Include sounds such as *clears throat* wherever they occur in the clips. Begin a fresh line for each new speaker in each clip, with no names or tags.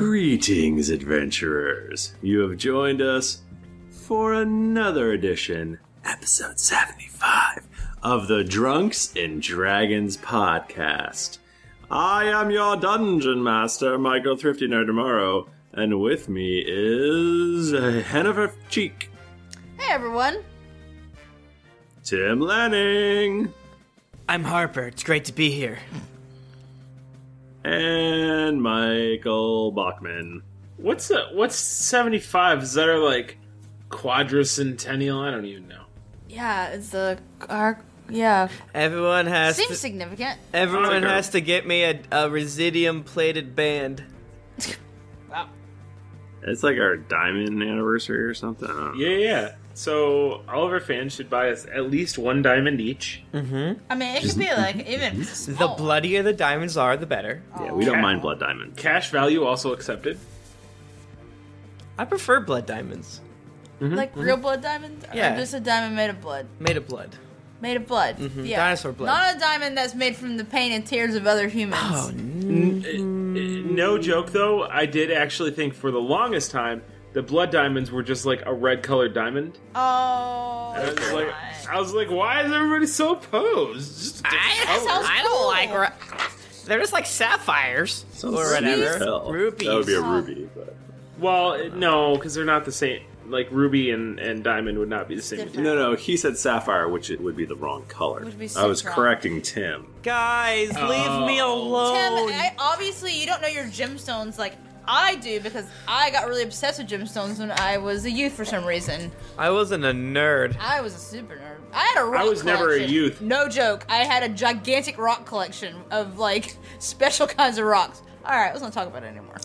Greetings, adventurers. You have joined us for another edition, episode 75 of the Drunks and Dragons podcast. I am your dungeon master, Michael Thrifty Nerdomaro, and with me is Hennifer Cheek,
Hey everyone.
Tim Lanning,
I'm Harper. It's great to be here.
and Michael Bachman.
What's the what's seventy five? Is that our like quadricentennial? I don't even know.
Yeah, it's the our yeah.
Everyone has
Seems
to,
significant.
everyone
Tiger.
has to get me a, a residium plated band.
It's like our diamond anniversary or something. I don't know.
Yeah, yeah, yeah. So all of our fans should buy us at least one diamond each.
I mean, it could be like even
The
small.
bloodier the diamonds are, the better.
Oh.
Yeah, we don't mind blood diamond.
Cash value also accepted.
I prefer blood diamonds.
Mm-hmm.
like real blood diamonds. Or
Hmm? Yeah.
just a diamond made of blood.
Made of blood.
Made of blood. Yeah.
Mm-hmm. Dinosaur blood.
Not a diamond that's made from the pain and tears of other humans.
Oh, n-
uh, No joke though, I did actually think for the longest time the blood diamonds were just like a red colored diamond.
Oh,
I was like,
God.
I was like, why is everybody so opposed? Just
I,
That sounds
I don't
cool.
like. Ra- they're just like sapphires
Sounds
or
sweet as
whatever.
hell.
Rubies.
That would be a ruby, but
well, uh, no, because they're not the same. Like ruby and, and diamond would not be the same.
different.
no, no. He said
*laughs*
sapphire, which it would be the wrong color.
Would be
I was
citron.
correcting Tim. *laughs*
Guys, leave me
Oh.
alone.
Tim, eh? I, obviously you don't know your gemstones like I do because I got really obsessed with gemstones when I was a youth for some reason.
I wasn't a nerd.
I was a super nerd. I had a rock
I was never a
collection.
youth.
No joke. I had a gigantic rock collection of like *laughs* special kinds of rocks. All right, let's not talk about it anymore.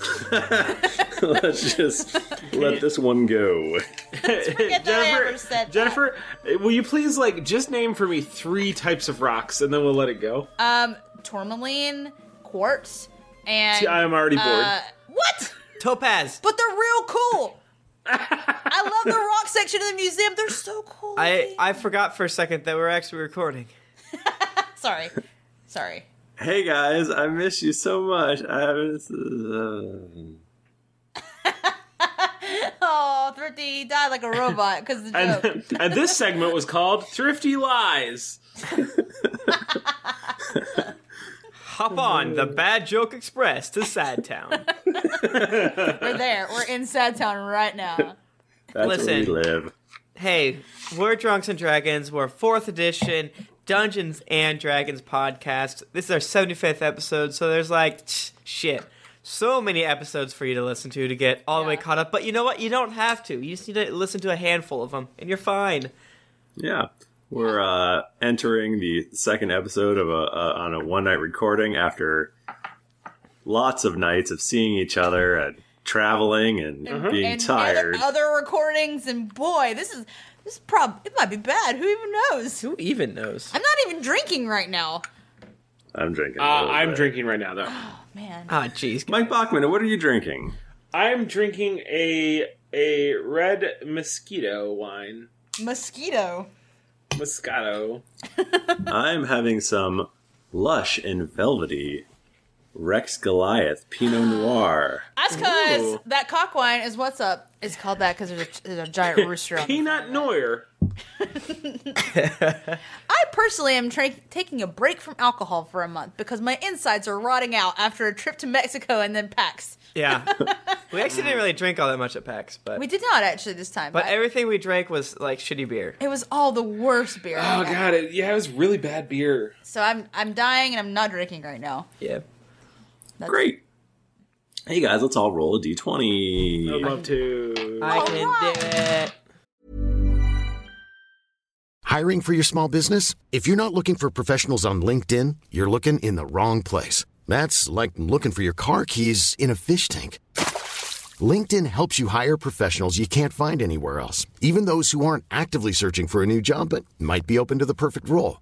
Let's
*laughs*
just let this one go.
forget that I ever said that.
Jennifer, uh, will you please like just name for me three types of rocks and then we'll let it go?
Um, tourmaline, quartz, and
See, I am already bored.
uh, what?
Topaz.
But they're real cool. I love the rock section of the museum. They're so cool.
I I forgot for a second that we're actually recording.
sorry, sorry.
Hey guys, I miss you so much. I uh, haven't.
*laughs* Oh, thrifty died like a robot because the joke.
and, *laughs* and this segment was called Thrifty Lies.
Hop on
*laughs*
the Bad Joke Express to Sad Town.
*laughs* We're there. We're in Sad Town right now.
That's where we
Listen.
live.
Hey, we're Drunks and Dragons. We're fourth edition Dungeons and Dragons podcast. This is our 75th episode, so there's like, tch, shit, so many episodes for you to listen to to get all the way
Yeah.
caught up. But you know what? You don't have to. You just need to listen to a handful of them, and you're fine.
Yeah, we're uh, entering the second episode of a, a on a one night recording after lots of nights of seeing each other and traveling and being
and
tired.
other, other recordings and boy this is this prob it might be bad who even knows
Who even knows?
i'm not even drinking right now
I'm drinking. a
Uh,
little
I'm
bit.
drinking right now,
*gasps*
though.
man
Ah, jeez.
Mike Bachman, what are you drinking?
I'm drinking a a red mosquito wine,
mosquito
Moscato.
I'm having some lush and velvety Rex Goliath Pinot Noir.
that's because
Ooh.
that cock wine is what's up it's called that because there's, a- there's
*laughs*
a giant rooster on it.
Peanut Noir.
i personally am tra- taking a break from alcohol for a month because my insides are rotting out after a trip to mexico and then pax
Yeah. *laughs* we actually didn't really drink all that much at PAX, but
we did not actually this time
but
I-
everything we drank was like shitty beer.
it was all the worst beer I
Oh,
had.
God. It, yeah, it was really bad beer.
so i'm i'm dying and i'm not drinking right now
Yeah.
That's-
Great. Hey guys, let's all roll a
I'd
d20.
love to.
I can do it.
Hiring for your small business? If you're not looking for professionals on LinkedIn, you're looking in the wrong place. That's like looking for your car keys in a fish tank. LinkedIn helps you hire professionals you can't find anywhere else, even those who aren't actively searching for a new job but might be open to the perfect role.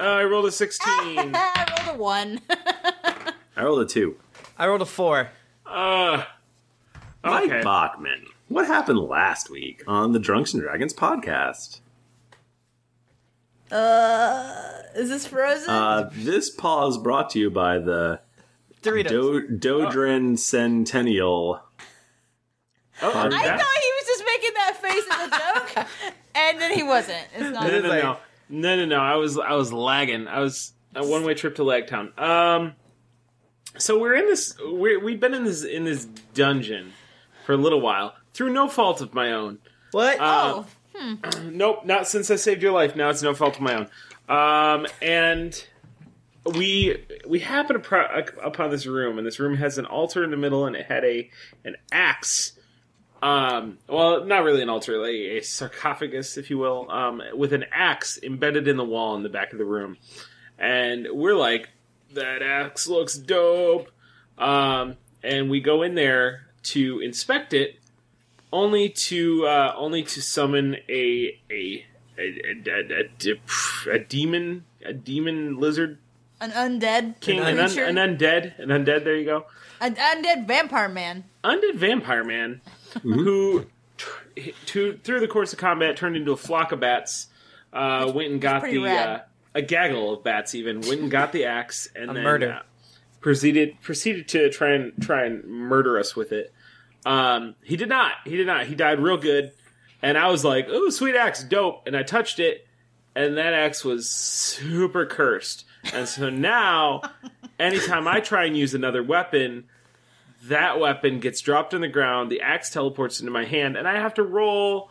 oh,
Uh, I rolled a
*laughs*
16.
I rolled a one. *laughs*
I rolled a two.
I rolled a four.
uh, okay.
Mike Bachman, what happened last week on the Drunks and Dragons podcast?
uh, is this
*laughs*
frozen?
Uh, this pause brought to you by the
Doritos. Oh.
Do- Dodrin Centennial.
Oh, are we
I
back?
thought he was just making that face as a joke, and then he wasn't. It's not.
no, no, no, no, no, no. I was, I was lagging. I was a one way trip to Lagtown. Um, so we're in this. We're, we've been in this in this dungeon for a little while through no fault of my own. Uh,
What?
Oh,
Nope, not since I saved your life. Now it's no fault of my own. Um, and we we happen upro- upon this room, and this room has an altar in the middle, and it had a an axe. Um, well, not really an altar, like a sarcophagus, if you will, um, with an axe embedded in the wall in the back of the room, and we're like, that axe looks dope. Um, and we go in there to inspect it, only to uh, only to summon a a a, a, a, a de- a demon a demon lizard
an undead
king an, un,
creature,
an undead an undead there you go
an undead vampire man.
undead vampire man who tr- to, through the course of combat turned into a flock of bats uh, went and got
pretty
the
rad.
uh, a gaggle of bats even went and got the axe and then
murder.
uh, proceeded proceeded to try and try and murder us with it um, he did not he did not he died real good and I was like ooh sweet axe dope and I touched it and that axe was super cursed and so
*laughs*
now anytime I try and use another weapon that weapon gets dropped on the ground, the axe teleports into my hand, and I have to roll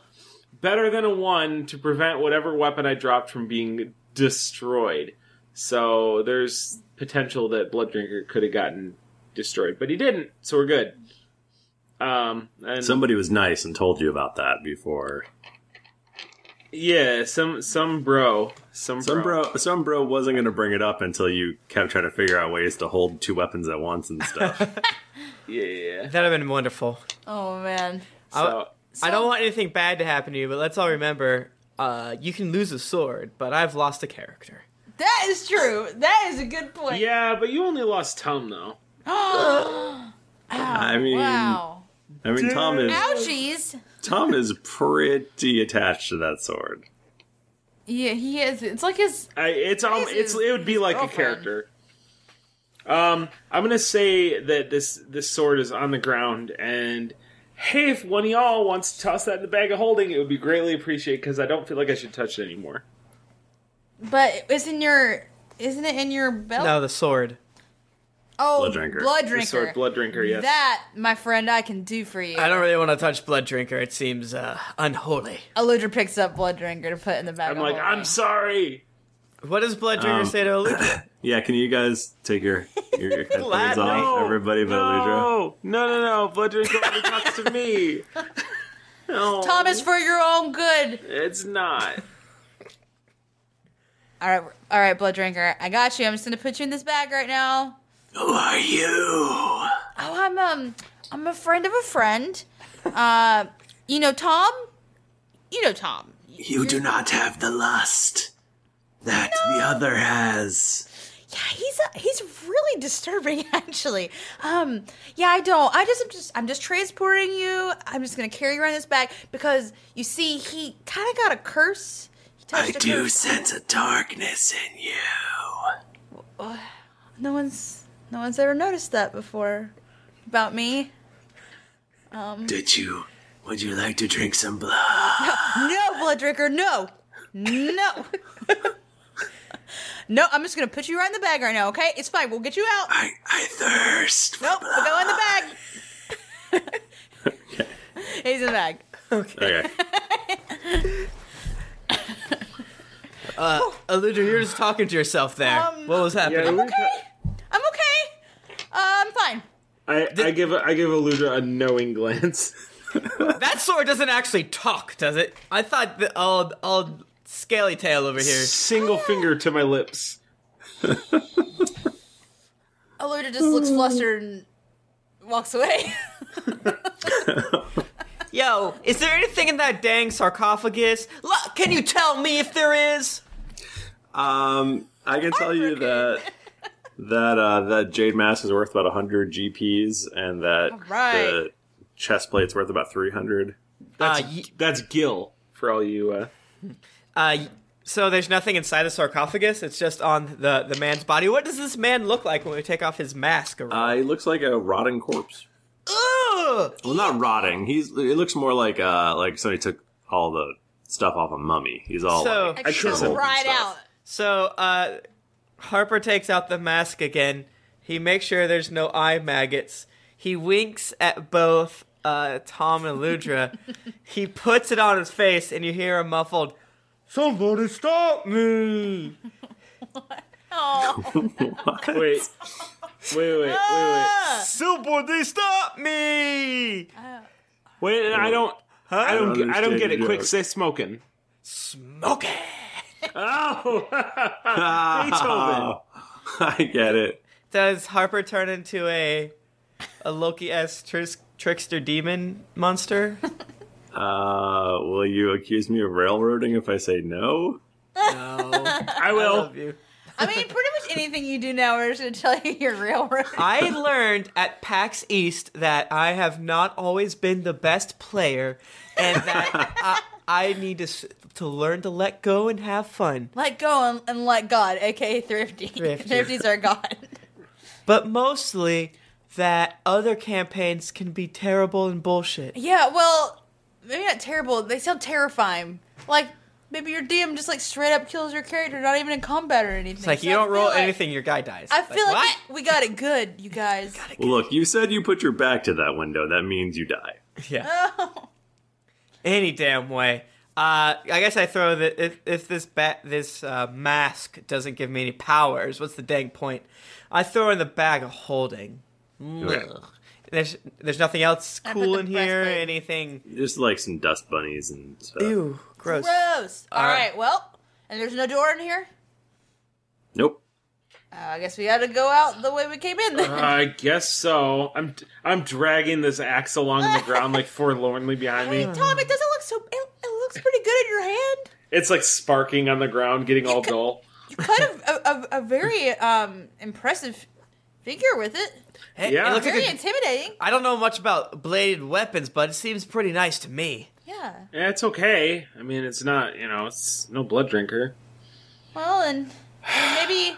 better than a one to prevent whatever weapon I dropped from being destroyed. So there's potential that Blood Drinker could have gotten destroyed, but he didn't, so we're good. Um, and
Somebody was nice and told you about that before.
yeah, some some bro, some
Some
bro.
bro, some bro wasn't going to bring it up until you kept trying to figure out ways to hold two weapons at once
*laughs*
and stuff.
yeah.
That'd have been wonderful.
Oh man,
So uh,
I don't want anything bad to happen to you, but let's all remember uh, you can lose a sword, but I've lost a character.
that is true. That is a good point.
yeah, but you only lost Tom though.
I mean,
*gasps* Wow.
I mean, Tom is
Ouchies.
Tom is pretty attached to that sword.
Yeah, he is. It's like his.
I, it's um,
This
it's
is
it would be
his
like a
girlfriend.
character. Um, I'm gonna say that this this sword is on the ground, and hey, if one of y'all wants to toss that in the bag of holding, it would be greatly appreciated because I don't feel like I should touch it anymore.
But isn't your? Isn't it in your belt?
No, the sword.
oh,
Blood drinker.
Blood
The
drinker.
sword, blood drinker, yes.
That, my friend, I can do for you.
I don't really want to touch Blood Drinker. It seems uh, unholy.
Eludra picks up blood drinker to put in the bag.
I'm
of
like,
holding.
I'm sorry. Um,
What does Blood Drinker say to Aluka?
Um, *coughs* Yeah, can you guys take your
*laughs*
your, your headphones
No,
off, everybody but Aludra?
no, no, no, no. Blood drinker only talks to me. No,
Thomas, for your own good.
it's not.
All right, all right, blood drinker. I got you. I'm just gonna put you in this bag right now.
Who are you?
Oh, I'm um, I'm a friend of a friend. Uh, you know Tom. You know Tom.
You do not have the lust that the other has.
Yeah, he's a, he's really disturbing *laughs* actually. Um, yeah, I don't. I just I'm just I'm just transporting you. I'm just gonna carry you around this bag because you see, he kind of got a curse. He touched
I
a
do
curse.
sense a darkness in you.
No one's no one's ever noticed that before about me. Um,
Did you? Would you like to drink some blood?
no, no, blood drinker, no, no, no. I'm just gonna put you right in the bag right now. Okay, it's fine. We'll get you out.
I I thirst.
Nope, we'll go in the bag. He's in the bag.
Okay.
*laughs*
Uh, Eludra, you're just talking to yourself
Eh.
there.
Um,
what was happening?
I'm okay. Uh, I'm fine.
I, I give I give Aludra a knowing glance. *laughs*
That sword doesn't actually talk, does it? I thought the old old scaly tail over
*laughs*
here.
Single finger to my lips.
Aluda just looks flustered and walks away.
Yo, is there anything in that dang sarcophagus? Look, can you tell me if there is?
Um, I can tell you that that uh, that jade mask is worth about hundred GPS, and that
right.
the chest plate's worth about three hundred.
Uh,
Ah,
y-
That's Gil for all you.
*laughs*
Uh,
uh, y- so there's nothing inside the sarcophagus. It's just on the the man's body. What does this man look like when we take off his mask?
Oh,
Around?
Uh, he looks like a rotting corpse.
Ugh!
Well, not rotting. He's. It looks more like uh, like somebody took all the stuff off a mummy. He's all
So-
like,
I
kiss him.
right out.
So uh, Harper takes out the mask again. He makes sure there's no eye maggots. He winks at both uh, Tom and *laughs* Ludra. he puts it on his face, and you hear a muffled, "Somebody stop me!"
wait, wait, wait, wait, wait.
Somebody stop me!
Wait, I don't. I don't.
don't
get- I don't get
understand
it.
the
Quick,
joke.
say smoking.
Okay. *laughs*
Oh, Beethoven.
Ah, I get it.
Does Harper turn into a a Loki s tris- trickster demon *laughs* monster?
Uh, will you accuse me of railroading if I say no?
I will.
Love you.
I mean, pretty much anything you do now, we're just gonna tell you your real room.
*laughs* I learned at PAX East that I have not always been the best player, and that I, I need to s- to learn to let go and have fun.
Let go and, and let God, aka Thrifty.
Thrifty.
Thrifty's our God.
But mostly that other campaigns can be terrible and bullshit.
Yeah, well, maybe not terrible. They sound terrifying. Like maybe your DM just like straight up kills your character, not even in combat or anything.
It's like you don't roll anything, your guy dies.
I feel like,
what?
we, we got it good, you guys.
Well, look, you said you put your back to that window. That means you die.
Yeah.
Oh,
Any damn way. Uh, I guess I throw that if, if this ba- this uh, mask doesn't give me any powers, what's the dang point? I throw in the bag of holding. Ugh. There's there's nothing else
put
cool
the
in here.
breastplate.
Anything?
Just like some dust bunnies and stuff.
Ew, gross.
*laughs* Gross. All
right.
right. well, and there's no door in here.
Nope.
Uh, I guess we got to go out the way we came in.
*laughs*
Then.
I guess so. I'm. I'm dragging this axe along the ground like forlornly behind me.
*laughs* Tom, it doesn't look so. It, it looks pretty good in your hand.
It's like sparking on the ground, getting all dull.
You cut a, a, a, a very um, impressive figure with it.
Hey,
Yeah.
it looks like
Very
a,
intimidating.
I don't know much about bladed weapons, but it seems pretty nice to me.
Yeah.
Yeah, it's okay. I mean, it's not. You know, it's no blood drinker.
Well, and, and maybe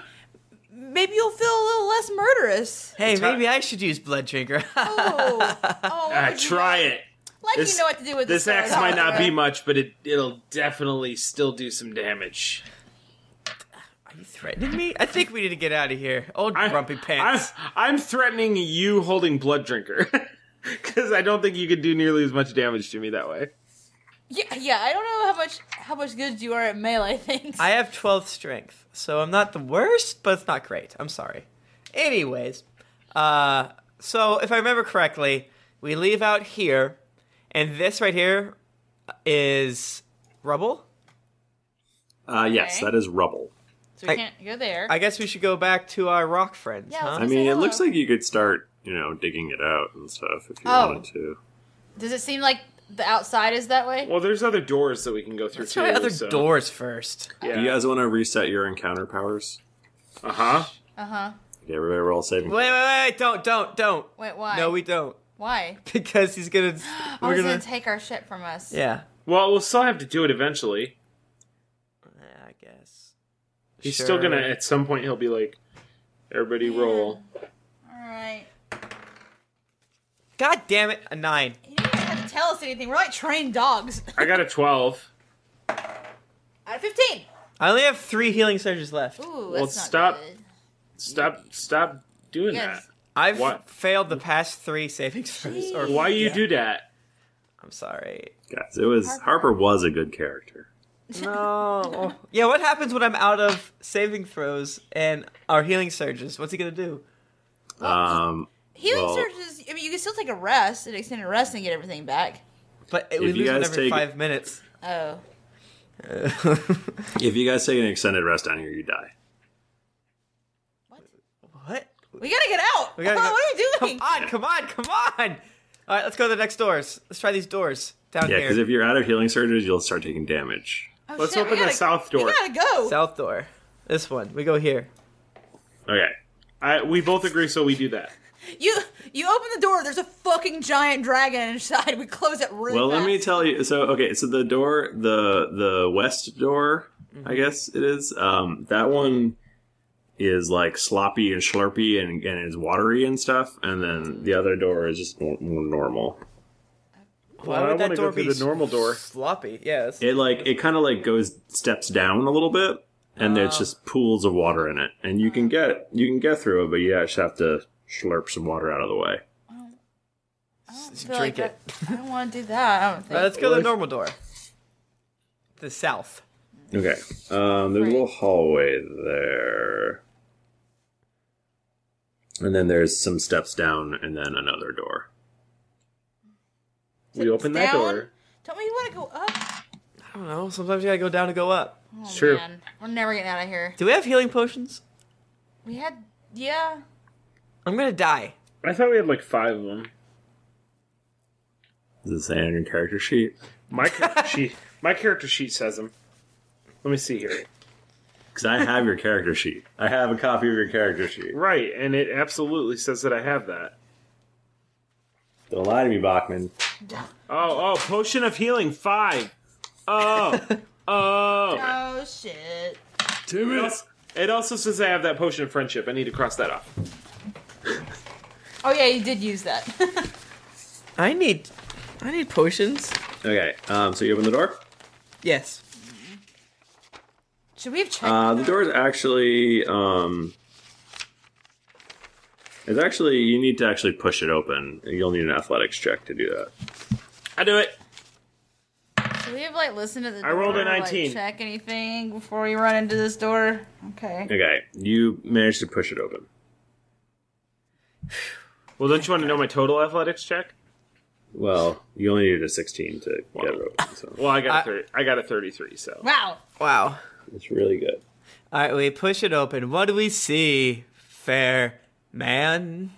maybe you'll feel a little less murderous.
Hey, maybe I should use blood drinker. *laughs*
Oh,
*laughs*
oh
Ah,
would you
try
know?
it.
Like
This-
you know what to do with
This
sword,
axe might not be
*laughs* Oliver.
much, but it it'll definitely still do some damage.
Are you threatening me? I think we need to get out of here. Old
I-
grumpy pants.
I'm, I'm threatening you holding blood drinker *laughs* because I don't think you could do nearly as much damage to me that way.
Yeah, yeah. I don't know how much how much good you are at melee things.
I have 12 strength, so I'm not the worst, but it's not great. I'm sorry. Anyways, uh, so if I remember correctly, we leave out here, and this right here is rubble.
Uh, Yes,
Okay.
Uh, that is rubble.
So we
I-
can't go there.
I guess we should go back to our rock friends,
Yeah,
huh?
let's
I mean, it looks like you could start, you know, digging it out and stuff if you
Oh.
wanted to.
Does it seem like the outside is that way?
Well, there's other doors that we can go through.
Let's try
too,
other
so-
doors first.
Yeah.
You guys want to reset your encounter powers?
Uh huh.
Uh huh.
Okay, everybody roll saving.
Wait, wait, wait! Don't, don't, don't.
Wait, why?
No, we don't,
Why?
*laughs* because he's gonna.
Oh,
we're
he's
gonna.
gonna take our shit from us.
yeah.
Well, we'll still have to do it eventually.
I guess.
He's
Sure.
still gonna. At some point, he'll be like, "Everybody, roll."
All right.
God damn it! A nine.
You don't even have to tell us anything. We're like trained dogs.
I got a twelve.
Out of fifteen.
I only have three healing surges left.
Ooh,
Well,
that's not
stop.
good.
Stop! Stop doing
Yes.
I've
What?
failed the past three saving throws. Or
that. Why you do that?
I'm sorry.
Guys, it was Harper was a
*laughs*
good character.
No. yeah. What happens when I'm out of saving throws and our healing surges? What's he gonna do?
Um,
Healing
Well-
surges. I mean, you can still take a rest, an extended rest, and get everything back.
But
you
we lose one
guys
every
take-
five minutes.
Oh,
if you guys take an extended rest down here, you die.
What?
we gotta get out.
We gotta go-
what are you doing?
Come on! Come on! Come on! All right, let's go to the next doors. Let's try these doors down
Yeah, because
here.
if you're out of healing surges, you'll start taking damage.
Oh,
Let's
shit,
open
we gotta-
the south door.
We gotta go.
South door. This one. We go here.
Okay. I, we both agree, so we do that.
You you open the door. There's a fucking giant dragon inside. *laughs* We close it really
Well, let me
fast.
tell you. So, okay, so the door, the the west door, I
Mm-hmm.
guess it is. Um, that one is like sloppy and slurpy and and is watery and stuff. And then the other door is just more, more normal.
Why
I
would that
wanna go
door
through
be
the normal door.
Sloppy. Yeah. that's-
It like it kind of like goes steps down a little bit, and
Ah.
there's just pools of water in it, and you can get you can get through it, but you just have to slurp some water out of the way.
I feel
Drink
like
it.
that- I don't want to do that. I don't
All right,
think.
let's go to the normal door. The south.
Okay. Um, there's a little hallway there. And then there's some steps down and then another door.
We open that
down?
door.
Don't we want to go up?
I don't know. Sometimes you gotta go down to go up.
Oh,
It's true.
Man. We're never getting out of here.
Do we have healing potions?
We had yeah.
I'm gonna die.
I thought we had like five of them.
Does it say on your character sheet?
My *laughs* character sheet. My character sheet says them. Let me see here.
Because I have your character sheet. I have a copy of your character sheet.
Right, and it absolutely says that I have that.
Don't lie to me, Bachman.
Oh, oh, potion of healing five. Oh, oh.
Oh shit.
Two minutes.
It also says I have that potion of friendship. I need to cross that off.
Oh yeah, you did use that.
I need, I need potions.
Okay. Um, so you open the door.
Yes.
*laughs* Should we have checked?
Uh, the door is actually. Um, it's actually. You need to actually push it open. You'll need an athletics check to do that.
I do it.
Should we have like listened to the?
I rolled a
door, like,
19.
check anything before we run into this door? Okay.
Okay. You managed to push it open.
Well, don't you want to know my total athletics check?
Well, you only needed a 16 to get it open, so
Well, I got
I-
a thirty. I got a thirty-three. So
Wow.
Wow.
it's really good.
All right, we push it open. What do we see, fair man?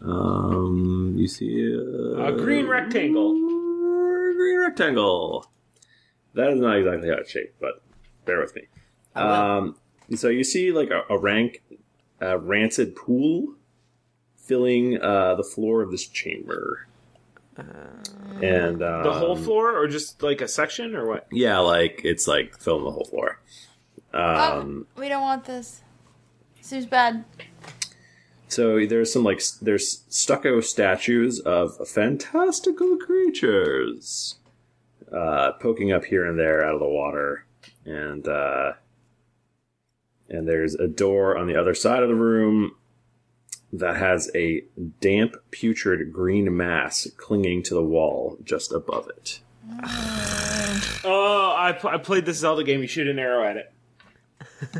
Um, you see uh, a,
a green rectangle.
green rectangle. That is not exactly how it's shaped, but bear with me. Um, so you see like a, a rank, a rancid pool filling uh, the floor of this chamber, and um,
The whole floor, or just like a section, or what?
Yeah, like it's like filling the whole floor. Oh,
Um, we don't want this. Seems bad.
So there's some like s- there's stucco statues of fantastical creatures uh, poking up here and there out of the water, and uh, and there's a door on the other side of the room that has a damp, putrid green mass clinging to the wall just above it.
Oh, I, pl- I played this Zelda game. You shoot an arrow at it.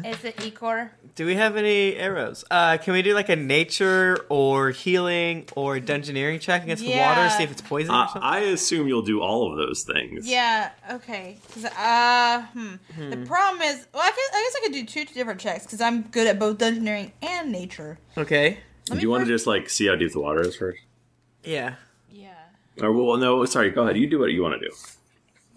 Is it Ecor?
Do we have any arrows? Uh, can we do like a nature or healing or dungeoneering check against the
Yeah.
water, see if it's poison or
Uh,
something?
I assume you'll do all of those things.
Yeah. Okay. 'Cause, uh, hmm. The problem is, well, I guess I, guess I could do two different checks because I'm good at both dungeoneering and nature.
Okay.
Do you want to just like see how deep the water is first?
Yeah.
Or well, no, sorry. Go ahead. You do what you want to do.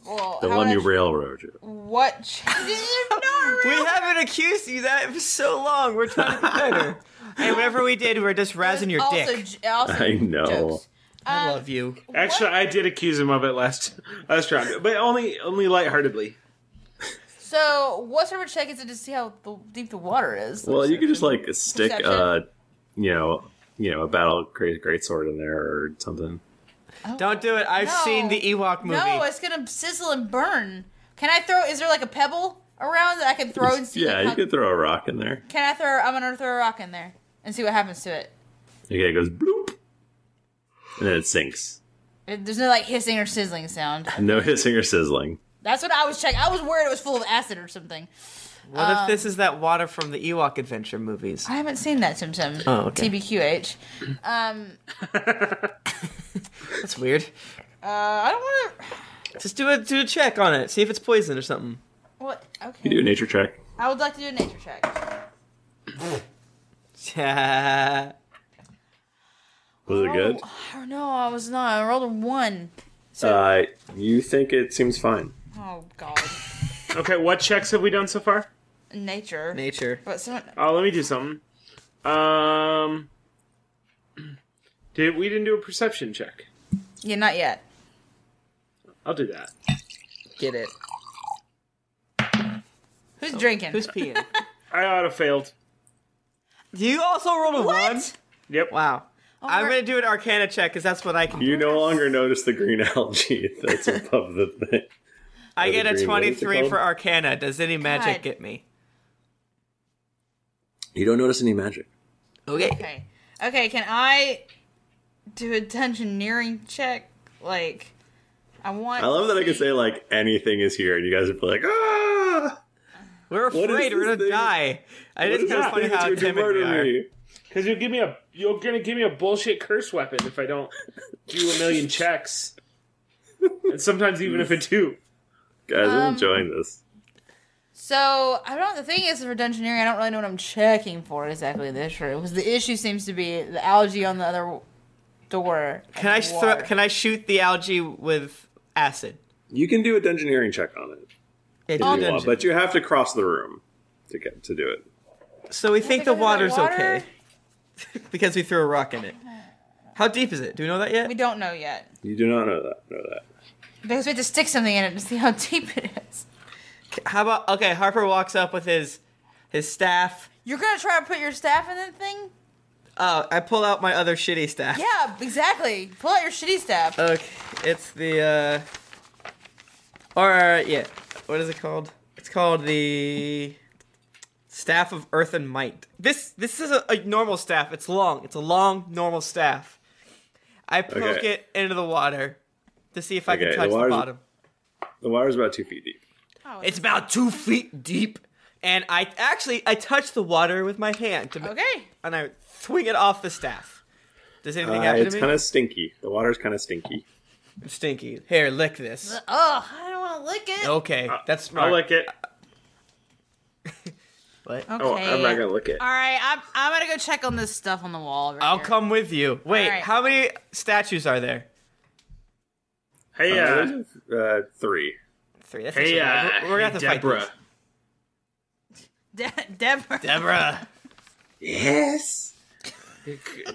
Well,
Don't
how
let
would
me
I-
railroad you.
*laughs* What? ch-
We haven't accused you that for so long. We're trying to be
*laughs*
better. and whatever we did, we're just razzing your
also,
dick.
*laughs*
j- also,
I know.
I love you.
Actually, I did accuse him of it last last round, but only only lightheartedly.
so what sort of check is it to see how the, deep the water is?
Well, you could just like stick
Perception.
uh you know, you know, a battle great great sword in there or something.
Don't do it. I've
Oh. No.
seen the Ewok movie.
No, it's gonna sizzle and burn. Can I throw? Is there like a pebble around that I can throw and see?
yeah,
like,
you
how-
could throw a rock in there.
Can I throw? I'm gonna throw a rock in there and see what happens to it.
Okay, it goes bloop, and then it sinks.
It- There's no like hissing or sizzling sound.
No *laughs* hissing or sizzling.
That's what I was checking. I was worried it was full of acid or something.
what
Um.
if this is that water from the Ewok adventure movies?
I haven't seen that sometimes.
Oh, okay.
TBQH. Um,
That's weird.
uh, I don't want to.
Just do a do a check on it. See if it's poison or something.
What?
You do a
Okay.
nature check.
I would like to do a nature check.
Yeah.
Was it good?
Oh, I don't know. I was not. I rolled a one.
Uh, you think it seems fine.
Oh God.
Okay, what checks have we done so far?
Nature.
Nature.
But someone.
Oh, let me do something. Um, did we didn't do a perception check?
Yeah, not yet.
I'll do that.
Get it.
Who's drinking?
Who's peeing?
I ought have failed.
you also rolled a one.
Yep.
Wow. I'm
Oh, we're-
gonna do an Arcana check because that's what I can. do.
You no longer notice the green *laughs* algae that's above the thing.
I get a
green, what is it
23
called?
for Arcana. Does any magic
God.
get me?
You don't notice any magic.
Okay.
Okay. Okay, can I do a dungeoneering check? Like, I want.
I love that I
can
could say like anything is here, and you guys would be like,
uh,
ah.
We're
is
afraid we're gonna
this thing?
die. I
What
just
is
kind
this
of funny
thing that's
how
here to
timid we
murder
are.
me?
Because you'll give me a you're gonna give me a bullshit curse weapon if I don't do a million checks, and sometimes even if I do.
Guys, I'm enjoying this.
So I don't. The thing is, for dungeoneering, I don't really know what I'm checking for exactly. This year, because the issue seems to be the algae on the other door.
Can I throw, can I shoot the algae with acid?
You can do a dungeoneering check on it
It
if you want, but you have to cross the room to get to do it.
so we think
to
the
go to the
water's
water?
okay *laughs* because we threw a rock in it. How deep is it? Do we know that yet?
We don't know yet
You do not know that. Know that.
because we have to stick something in it to see how *laughs* deep it is.
How about okay? Harper walks up with his his staff.
You're gonna try to put your staff in that thing?
Uh, I pull out my other shitty staff.
Yeah, exactly. Pull out your shitty staff.
Okay, it's the uh, or yeah, what is it called? It's called the staff of earth and might. This this is a, a normal staff. It's long. It's a long normal staff. I poke
Okay.
it into the water to see if I
Okay,
can
the
touch the,
water's-
bottom.
The water's about two feet deep.
It's about two feet deep, and I actually I touch the water with my hand, to,
okay.
and I swing it off the staff. Does anything
Uh,
happen
it's
to me?
kind of stinky. The water's kind of stinky.
It's stinky. Here, lick this.
Oh, I don't want to lick it.
Okay, that's smart.
I'll lick
*laughs*
it.
What?
Oh, I'm not gonna lick it.
All right, I'm, I'm gonna go check on this stuff on the wall. Right
I'll
here.
come with you. Wait,
Alright.
how many statues are there?
Hey, uh,
Uh, three.
Three. That's actually
hey, uh,
bad. We're, we're gonna have to
Deborah.
fight.
De- Deborah.
these. Deborah.
Yes.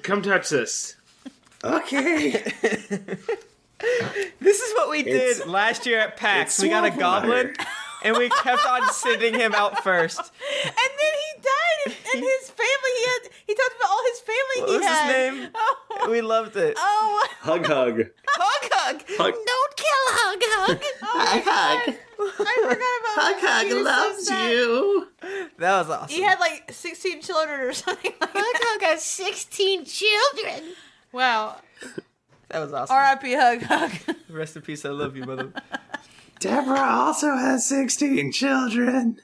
Come touch this.
*laughs* Okay.
This is what we did
It's-
last year at PAX.
it's
We got a
swamp
goblin,
water.
*laughs* and we kept on sending him out first.
and then he died, and, and his family. He had. He talked about all his family.
What
he
was his
had.
name?
*laughs* Oh,
We loved it.
oh,
hug, hug.
hug, hug.
Hug.
Don't kill hug, *laughs* hug. Oh, hug, hug. I forgot about hug, hug. loves you.
That was awesome.
He had like sixteen children or *laughs* something. Like hug, hug has sixteen children. Wow.
That was awesome.
R.I.P. Hug, hug.
Rest in peace. I love you, mother.
Deborah also has sixteen children.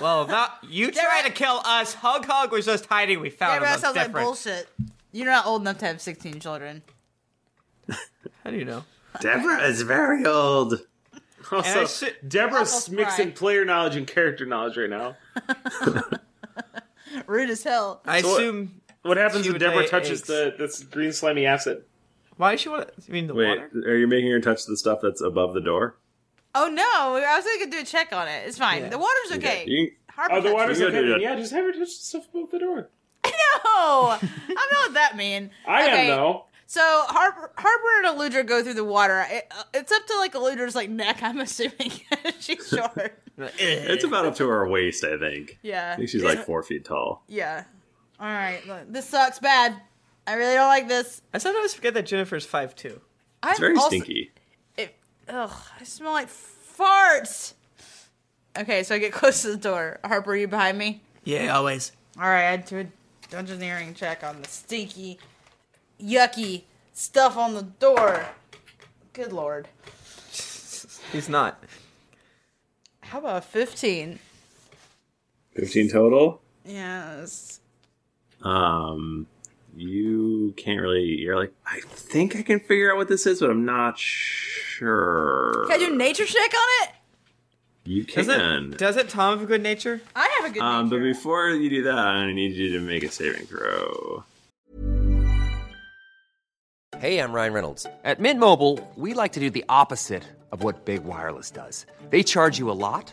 well, that you tried to kill us. Hug, hug was just hiding. We found
Deborah, that
him. That's
sounds like
different.
bullshit. You're not old enough to have sixteen children.
how do you know?
Deborah is very old.
Also,
I should-
Deborah's
Almost
mixing
cry.
player knowledge and character knowledge right now.
Rude as hell.
I
So what-
assume.
What happens
She
if
would
Deborah
lay
touches
eggs.
the this green slimy acid?
Why does she want? To, I mean, the
Wait,
water.
are you making her touch the stuff that's above the door?
Oh no, I was gonna do a check on it. It's fine. The water's okay.
You can-
Harper
Oh, the
touched
water's
You gotta
okay.
do
then
that.
Yeah, just have her touch the stuff above the door.
it. *laughs* No, I'm not that mean.
I
Okay,
am though.
So Harper, Harper and Aludra go through the water. It, uh, it's up to like Aludra's like neck. I'm *laughs* assuming
*laughs*
she's short.
It's about up to her waist, I think. I
Yeah.
think she's like four feet tall.
Yeah. All right. look, This sucks bad. I really don't like this.
I sometimes forget that Jennifer's five two.
I'm
It's very
also-
stinky.
It, ugh, I smell like farts. Okay, so I get close to the door. Harper, are you behind me?
Yeah, always.
All right, I do a dungeoneering check on the stinky, yucky stuff on the door. Good lord.
He's not.
How about a 15?
15 total?
Yes.
Um, you can't really. You're like, I think I can figure out what this is, but I'm not sure.
Can I do a nature check on it?
You
Does
can.
it? Does it? Tom have good nature?
I have a good
um, but
nature.
before you do that, I need you to make a saving throw.
Hey, I'm Ryan Reynolds. At Mint Mobile, we like to do the opposite of what Big Wireless does. They charge you a lot,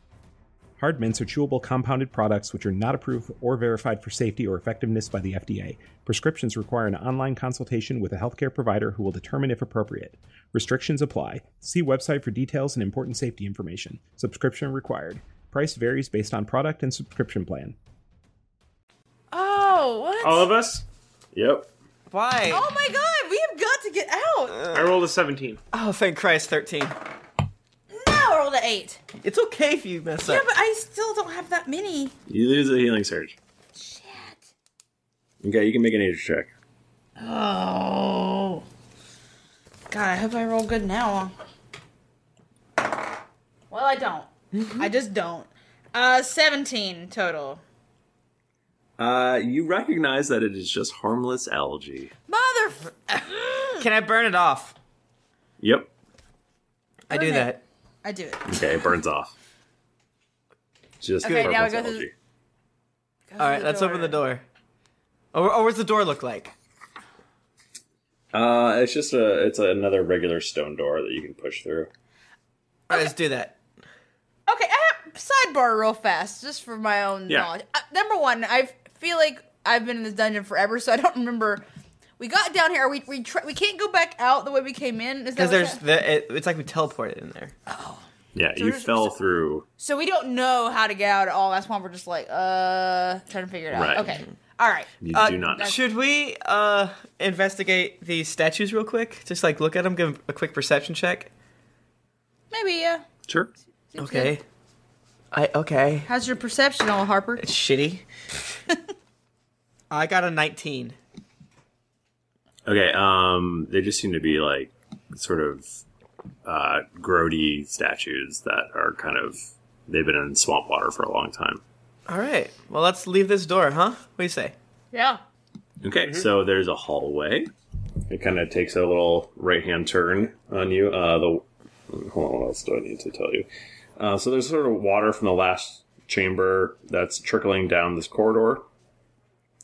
Hard mints are chewable compounded products which are not approved or verified for safety or effectiveness by the FDA. Prescriptions require an online consultation with a healthcare provider who will determine if appropriate. Restrictions apply. See website for details and important safety information. Subscription required. Price varies based on product and subscription plan.
Oh, what?
All of us?
Yep.
Why?
Oh my god, we have got to get out.
Uh.
I rolled a 17.
Oh, thank Christ, 13.
now I rolled an eight.
It's okay if you mess
yeah,
up.
but I still don't have that many.
You lose a healing surge. Shit. Okay, you can make an nature check.
Oh. God, I hope I roll good now. Well, I don't. I just don't. Uh, 17 total.
Uh, you recognize that it is just harmless algae.
Mother.
Can I burn it off?
Yep.
I do that.
I do it.
Okay, it burns off. Just
Okay, now
harmless
we go through-
algae.
All right, let's open the door. Or, or what's the door look like?
Uh, it's just a it's another regular stone door that you can push through.
All right, let's do that.
Okay, I have sidebar real fast, just for my own
Yeah.
knowledge. Uh, number one, I feel like I've been in this dungeon forever, so I don't remember. We got down here. We we tra- we can't go back out the way we came in. Is that
Because
what
there's
that- Oh.
the, it, it's like we teleported in there.
Yeah,
So
you
we're just-
fell through.
so we don't know how to get out at all. That's why we're just like uh trying to figure it out.
Right.
Okay, all right.
You
Uh,
do not know.
Should we uh, investigate these statues real quick? Just like look at them, give 'em a quick perception check.
Maybe uh, yeah.
Sure.
Okay. I okay.
How's your perception, all Harper?
It's shitty. I got a 19.
Okay, um, they just seem to be like sort of uh, grody statues that are kind of they've been in swamp water for a long time.
All right. Well, let's leave this door, huh? What do you say?
Yeah.
Okay, so there's a hallway. It kind of takes a little right hand turn on you. Uh, the hold on, what else do I need to tell you? Uh, so there's sort of water from the last chamber that's trickling down this corridor.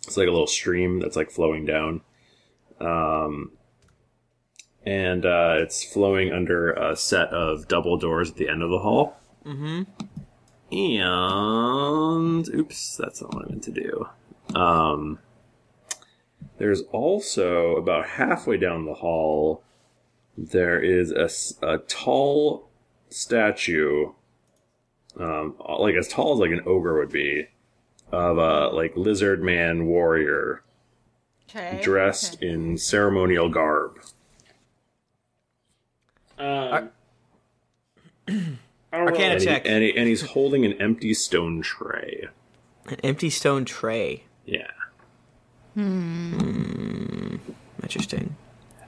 It's like a little stream that's like flowing down, um, and uh, it's flowing under a set of double doors at the end of the hall.
Mm-hmm.
And oops, that's not what I meant to do. Um, there's also about halfway down the hall, there is a, s- a tall statue, um, like as tall as like an ogre would be, of a like lizard man warrior
Okay.
dressed in ceremonial garb.
Um, *clears throat* I
Arcana
and he-
check.
and, he, and he's holding an empty stone tray.
An empty stone tray.
Yeah.
Interesting.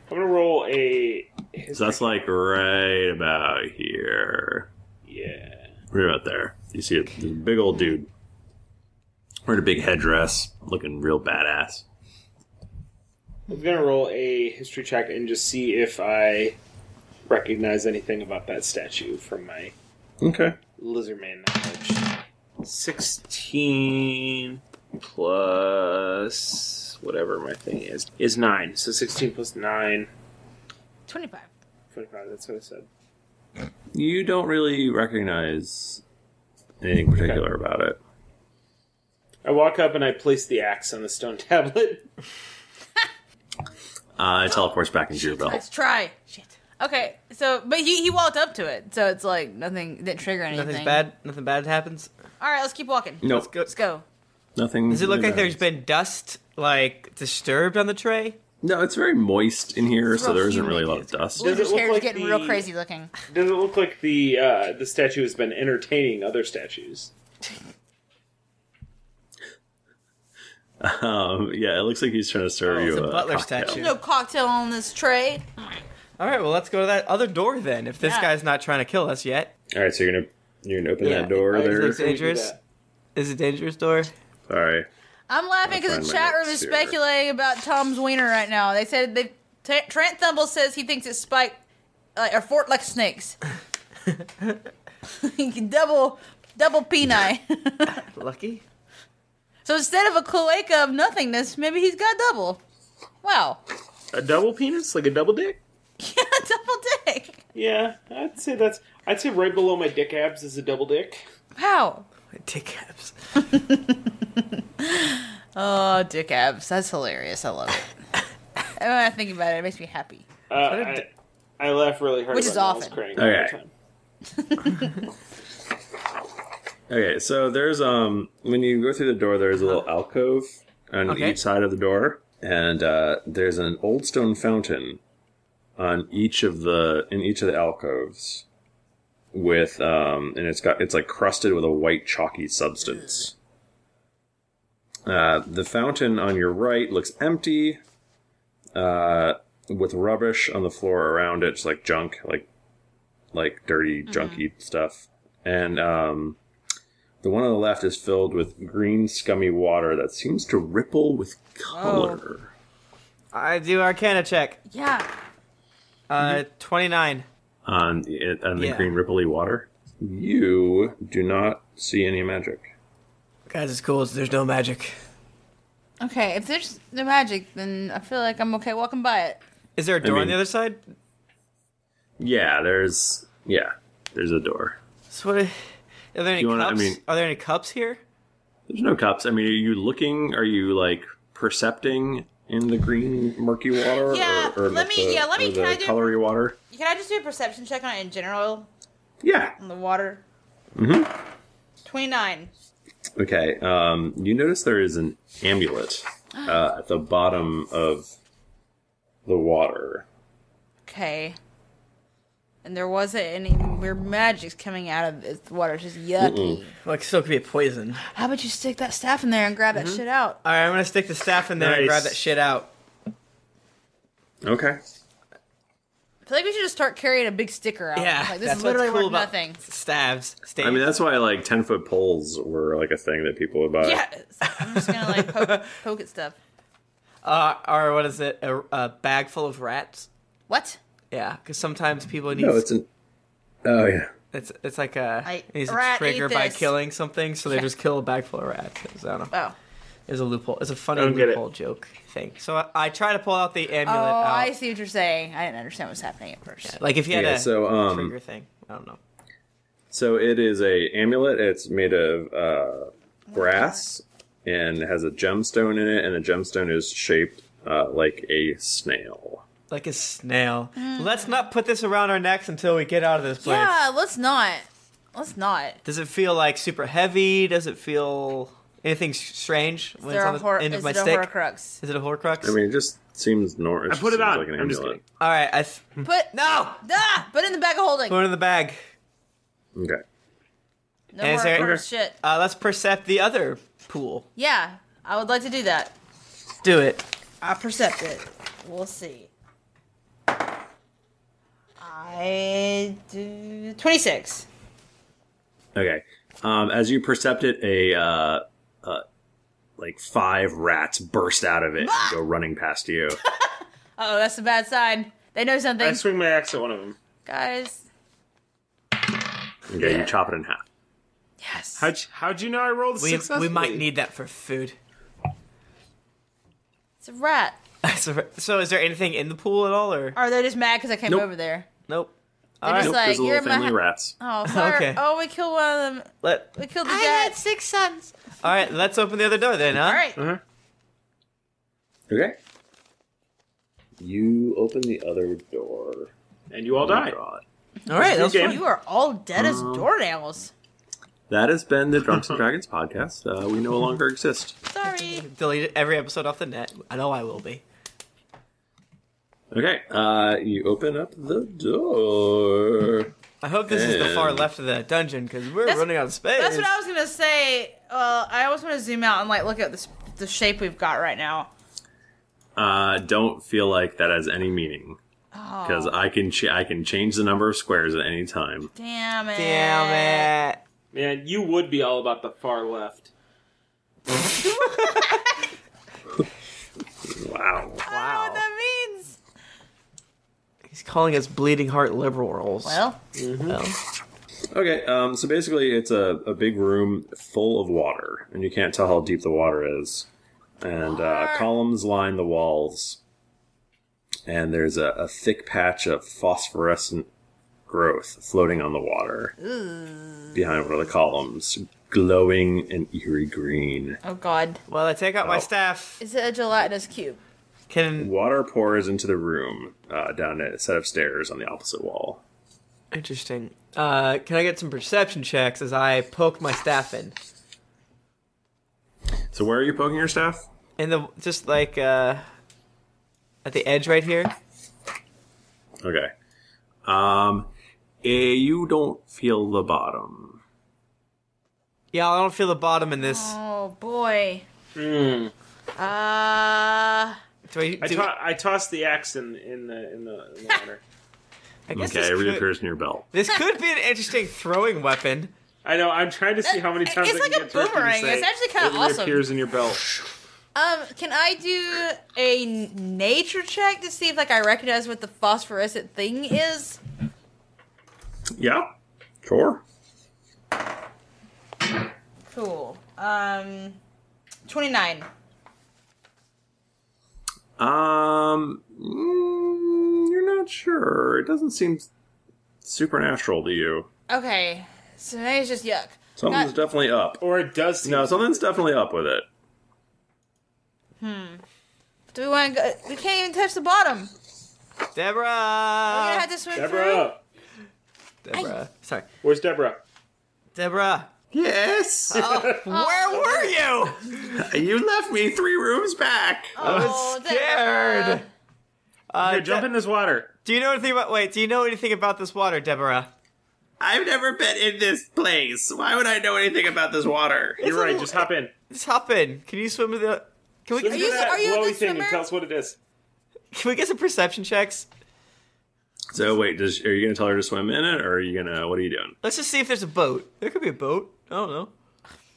I'm gonna roll a.
So that's like right about here.
Yeah.
Right about there. You see a this big old dude wearing a big headdress, looking real badass.
I'm gonna roll a history check and just see if I recognize anything about that statue from my
Okay.
Lizardman knowledge. Sixteen plus whatever my thing is is nine. So sixteen plus nine.
25.
25, that's what I said.
You don't really recognize anything particular about it.
I walk up and I place the axe on the
*laughs*
stone tablet.
Uh, it teleports back into your belt.
Let's try. Shit. Okay, so but he he walked up to it, so it's like nothing didn't trigger anything.
Nothing's bad. Nothing bad happens.
All right, let's keep walking.
Nope.
Let's go. Let's go.
Nothing.
Does it look
really
like there's been dust, like disturbed on the tray?
No, it's very moist in here,
It's
so
real
there isn't really a lot of dust.
Loser's hair's
like
getting
the-
real crazy looking.
Does it look like the uh, the statue has been entertaining other statues?
*laughs* Um, yeah, it looks like he's trying to serve you
Oh, it's a butler
cocktail.
statue.
No cocktail on this tray.
All right, well, let's go to that other door then. If this
Yeah.
guy's not trying to kill us yet,
All right, so you're gonna you're gonna open
Yeah.
that door
Alright,
there.
looks dangerous. Is it dangerous door?
Sorry.
I'm laughing because the
Finally
chat room is
upstairs.
speculating about Tom's wiener right now. They said they T- Trent Thumble says he thinks it's spiked like or forked like snakes. *laughs* double double peni.
Lucky.
*laughs* So instead of a cloaca of nothingness, maybe he's got double. Wow.
A double penis, like a double dick?
*laughs* Yeah, double dick.
Yeah, I'd say that's. I'd say right below my dick abs is a double dick.
Wow.
Dick abs.
oh, dick abs. That's hilarious. I love it. And when I think about it, it makes me happy.
Uh, I, I laugh really hard.
Which is
about Niles
often.
Crane all the time.
Okay. Okay, so there's um when you go through the door, there's a little alcove on
Okay.
each side of the door, and uh, there's an old stone fountain on each of the in each of the alcoves with um and it's got it's like crusted with a white chalky substance. Uh, the fountain on your right looks empty, uh, with rubbish on the floor around it, just like junk, like like dirty, junky stuff, and um. The one on the left is filled with green, scummy water that seems to ripple with color.
I do Arcana check.
Yeah.
Uh, twenty-nine.
On, it, on the
Oh. Yeah.
green, ripply water. You do not see any magic.
Guys, it's cool. There's no magic.
Okay, if there's no magic, then I feel like I'm okay walking by it.
Is there a
I
door on
mean-
the other side?
Yeah, there's. Yeah, there's a door.
So what? Are there any
You
cups?
wanna- I mean-
are there any cups here?
There's no cups. I mean, are you looking? Are you, like, percepting in the green, murky water?
Yeah,
or, or
let
the-
me- yeah, let me-
or
can I
the
do-
colory water?
Can I just do a perception check on it in general?
Yeah.
On the water?
hmm
29.
Okay. Um, you notice there is an amulet uh, at the bottom of the water.
Okay. And there wasn't any weird magic coming out of this water. It's just yucky.
Well, it still could be a poison.
How about you stick that staff in there and grab
Mm-hmm.
that shit out?
All right, I'm gonna stick the staff in there and
Nice.
grab that shit out.
Okay.
I feel like we should just start carrying a big sticker out.
Yeah,
Like, this
that's
is literally
what's cool
worth
about
nothing.
Staves. Staves.
I mean, that's why like ten foot poles were like a thing that people would buy.
Yes. I'm just gonna
*laughs*
like poke, poke at stuff.
Uh, or what is it? A, a bag full of rats?
What?
Yeah, because sometimes people need.
No, it's an. Oh yeah.
It's it's like a
I-
it needs to
rat,
trigger
eat
by
this.
killing something, so they just kill a bag full of rats. It's- I don't know.
Oh.
It's a loophole. It's a funny
Don't get it.
loophole joke thing. So I, I try to pull out the
oh,
amulet. out.
I see what you're saying. I didn't understand what was happening at first.
Like if you had
Yeah,
a
so, um,
trigger thing, I don't know.
So it is a amulet. It's made of uh, brass and has a gemstone in it, and the gemstone is shaped uh, like a snail.
Like a snail. Let's not put this around our necks until we get out of this place.
Mm. Yeah, let's not. Let's not.
Does it feel like super heavy? Does it feel anything s- strange
Is there a hor- is it a horcrux?
Is it a horcrux?
I mean, it just seems normal.
I put it
seems
on.
Like an
I'm just
amulet.
All right, I th-
Put
Hmm. no.
Ah, put it in the bag of holding.
put it in the bag.
Okay.
No more horcrux shit.
Uh, let's percept the other pool.
Yeah, I would like to do that.
Do it.
I percept it. We'll see. I do twenty six.
Okay. Um, as you percept it, a uh, uh, like five rats burst out of it and go running past you.
Oh, that's a bad sign. They know something.
I swing
my axe at one of them.
Guys,
Okay, you chop it in half.
Yes.
How'd you, how'd you know I rolled
We,
successfully?
we might need that for food. *laughs*
it's a rat.
so, so is there anything in the pool at all, or
Are they just mad because I came
Nope.
over there?
nope?
They're
All right.
just like, you're in my hou-
rats.
Oh, *laughs* sorry.
Okay.
Oh, we killed one of them.
Let,
We killed the I dad. had six sons.
all right, let's open the other door then, huh?
All right.
Mm-hmm. Okay. *laughs* You open the other door, Oh
and you all die.
God.
All right, that was
You are all dead as
Um,
doornails.
That has been the Drunks and Dragons podcast. Uh, we no longer exist.
Sorry.
Deleted every episode off the net. I know I will be.
Okay, uh, you open up the door.
I hope this is the far
And-
left of the dungeon because we're running out of
*laughs*
space.
That's what I was gonna say. Uh, I always want to zoom out and like look at this, the shape we've got right now.
Uh, don't feel like that has any meaning because
Oh,
I can ch- I can change the number of squares at any time.
damn it!
Damn it. Man, you would be all about the far left.
wow.
Wow.
that means.
He's calling us bleeding heart liberals.
Well.
Well.
Mm-hmm. Okay, um, so basically it's a, a big room full of water, and you can't tell how deep the water is. And uh, columns line the walls, and there's a, a thick patch of phosphorescent growth floating on the water behind one of the columns, glowing an eerie green.
Oh God.
Well, I take out
Oh.
my staff.
Is it a gelatinous cube?
Can
water pours into the room uh, down a set of stairs on the opposite wall?
Interesting. Uh, can I get some perception checks as I poke my staff in?
So where are you poking your staff?
In the just like uh, at the edge right here.
Okay. Um, eh, you don't feel the bottom.
Yeah, I don't feel the bottom in this.
Oh boy.
Mm.
Uh.
*laughs* Do I,
to- I tossed the axe in, in the in the, in the water. *laughs*
I
guess
okay,
this
it
could-
reappears in your belt.
This could be an interesting throwing weapon.
I know. I'm trying to see how many times
it's
I can
like a
get through it to
boomerang.
say
It's actually kinda
it
awesome.
reappears in your belt.
Um, can I do a n- nature check to see if like I recognize what the phosphorescent thing is?
*laughs* Yeah. Sure.
Cool. Um, twenty nine.
Um, mm, you're not sure. It doesn't seem supernatural to you.
Okay, so maybe it's just yuck.
Something's
Not-
definitely up.
Or it does
No, something's definitely up with it.
Hmm. Do we want to go? We can't even touch the bottom.
Deborah. We're
gonna Oh, have to swim
Deborah.
Deborah. Sorry.
Where's Deborah?
Deborah.
Yes.
Oh.
*laughs* where were you?
*laughs* You left me three rooms back.
I
Oh,
was scared. Uh,
Here, jump in this water.
Do you know anything about? Wait, do you know anything about this water, Deborah?
I've never been in this place. Why would I know anything about this water?
You're right, just hop
in.
Just hop in. Can you swim with the? Can we?
Swim to that glowy thing and tell us what it is.
Can we get some perception checks?
So wait, does, are you gonna tell her to swim in it, or are you gonna? What are you doing?
Let's just see if there's a boat. There could be a boat. I don't know.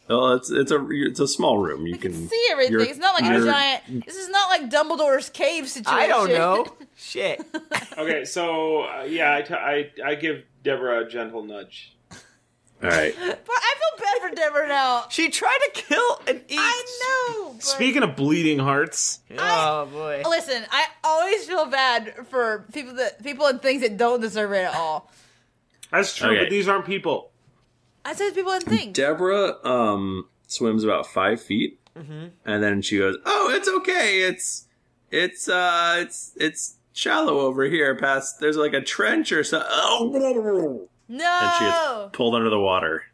Well, it's it's a it's a small room. You can
See everything.
Mm. you're-
It's not like a
you're-
giant. This is not like Dumbledore's cave situation. *laughs*
Shit.
okay, so uh, yeah, I, t- I I give Deborah a gentle nudge.
All
*laughs*
right.
but I feel bad for Deborah now.
She tried to kill and eat.
I know. but-
Speaking of bleeding hearts,
oh boy.
Listen, I always feel bad for people that people and things that don't deserve it at all.
that's true.
Okay.
But these aren't people.
I said people and things.
Deborah um swims about five feet,
Mm-hmm.
and then she goes, "Oh, it's okay. It's it's uh it's it's shallow over here. Past there's like a trench or something." Oh, and she
Oh!
No.
gets pulled under the water,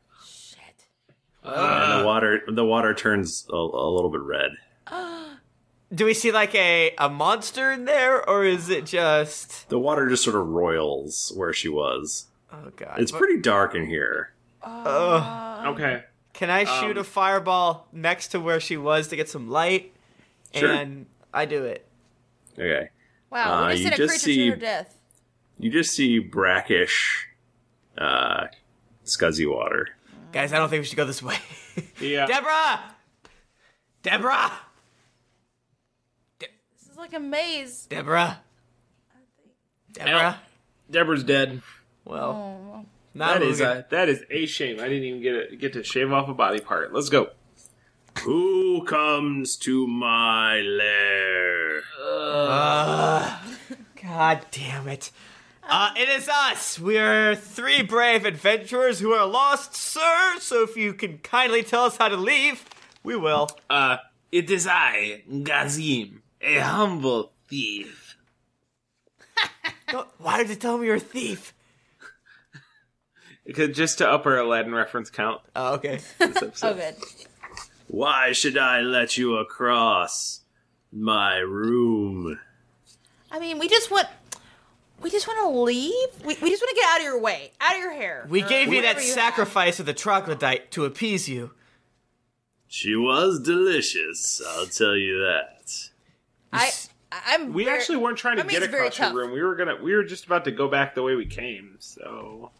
Ah.
and the water the water turns a, a little bit red.
*gasps* Do we see like a a monster in there, or is it just?
The water just sort of roils where she was.
Oh god.
It's pretty dark in here.
Ugh.
Okay.
Can I shoot
Um,
a fireball next to where she was to get some light?
Sure.
And I do it.
Okay.
Wow,
Uh,
we just
you
did a
just
creature
see-
to her death.
You just see brackish, uh, scuzzy water.
Guys, I don't think we should go this way. *laughs*
Yeah.
Deborah! Deborah!
This is like a maze.
Deborah. Deborah.
Deborah's dead.
Well,
Oh.
Now
that
we're
is
gonna-
a, that is a shame. I didn't even get a, get to shave off a body part. Let's go.
Who comes to my lair?
God damn it. Uh, it is us. We're three brave adventurers who are lost, sir. So if you can kindly tell us how to leave, we will.
Uh, it is I, Eh, Gazim, a humble thief.
Why did you tell me you're a thief?
Because just to up our Aladdin reference count.
Oh, okay.
*laughs* oh, good.
Why should I let you across my room?
I mean, we just want. We just want to leave. We, we just want to get out of your way, out of your hair.
We
or
gave you that
Uh, whatever have.
sacrifice of the troglodyte to appease you.
She was delicious, I'll tell you that.
I, I'm.
We
very-
actually weren't trying to
I mean,
get
it's very
across your
tough.
room. We were gonna. We were just about to go back the way we came. So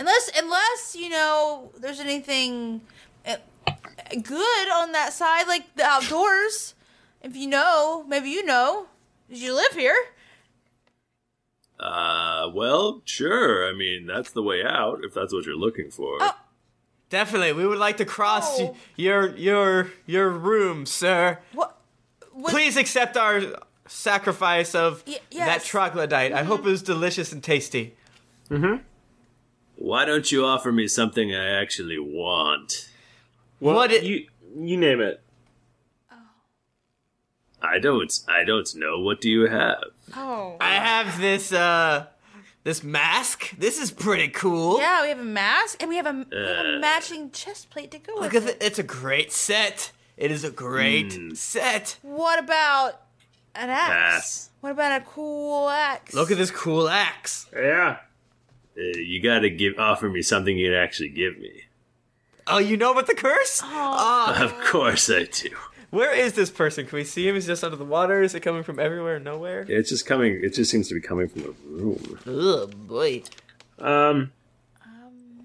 Unless, unless you know, there's anything uh, good on that side, like the outdoors. If you know, maybe you know, 'cause you live here.
Uh, well, sure. I mean, that's the way out if that's what you're looking for.
Definitely, we would like to cross y your your your room, sir.
What?
Please accept our sacrifice of that
yes.
troglodyte. I
Mm-hmm.
hope it was delicious and tasty.
Mm-hmm. Why don't you offer me something I actually want?
Well, you you name it.
I don't. I don't know. What do you have?
Oh.
I have this uh this mask. This is pretty cool.
Yeah, we have a mask and we have a, we have a
Uh.
matching chest plate to go
Look
with
at
it.
it. It's a great set. It is a great
Hmm.
set.
What about an axe?
Pass.
What about a cool axe?
Look at this cool axe.
Yeah.
Uh, you gotta give offer me something you'd actually give me.
Oh, you know about the curse? Ah.
Of course I do.
where is this person? Can we see him? He's just under the water. Is it coming from everywhere and nowhere?
It's just coming. It just seems to be coming from the room.
Oh boy.
Um.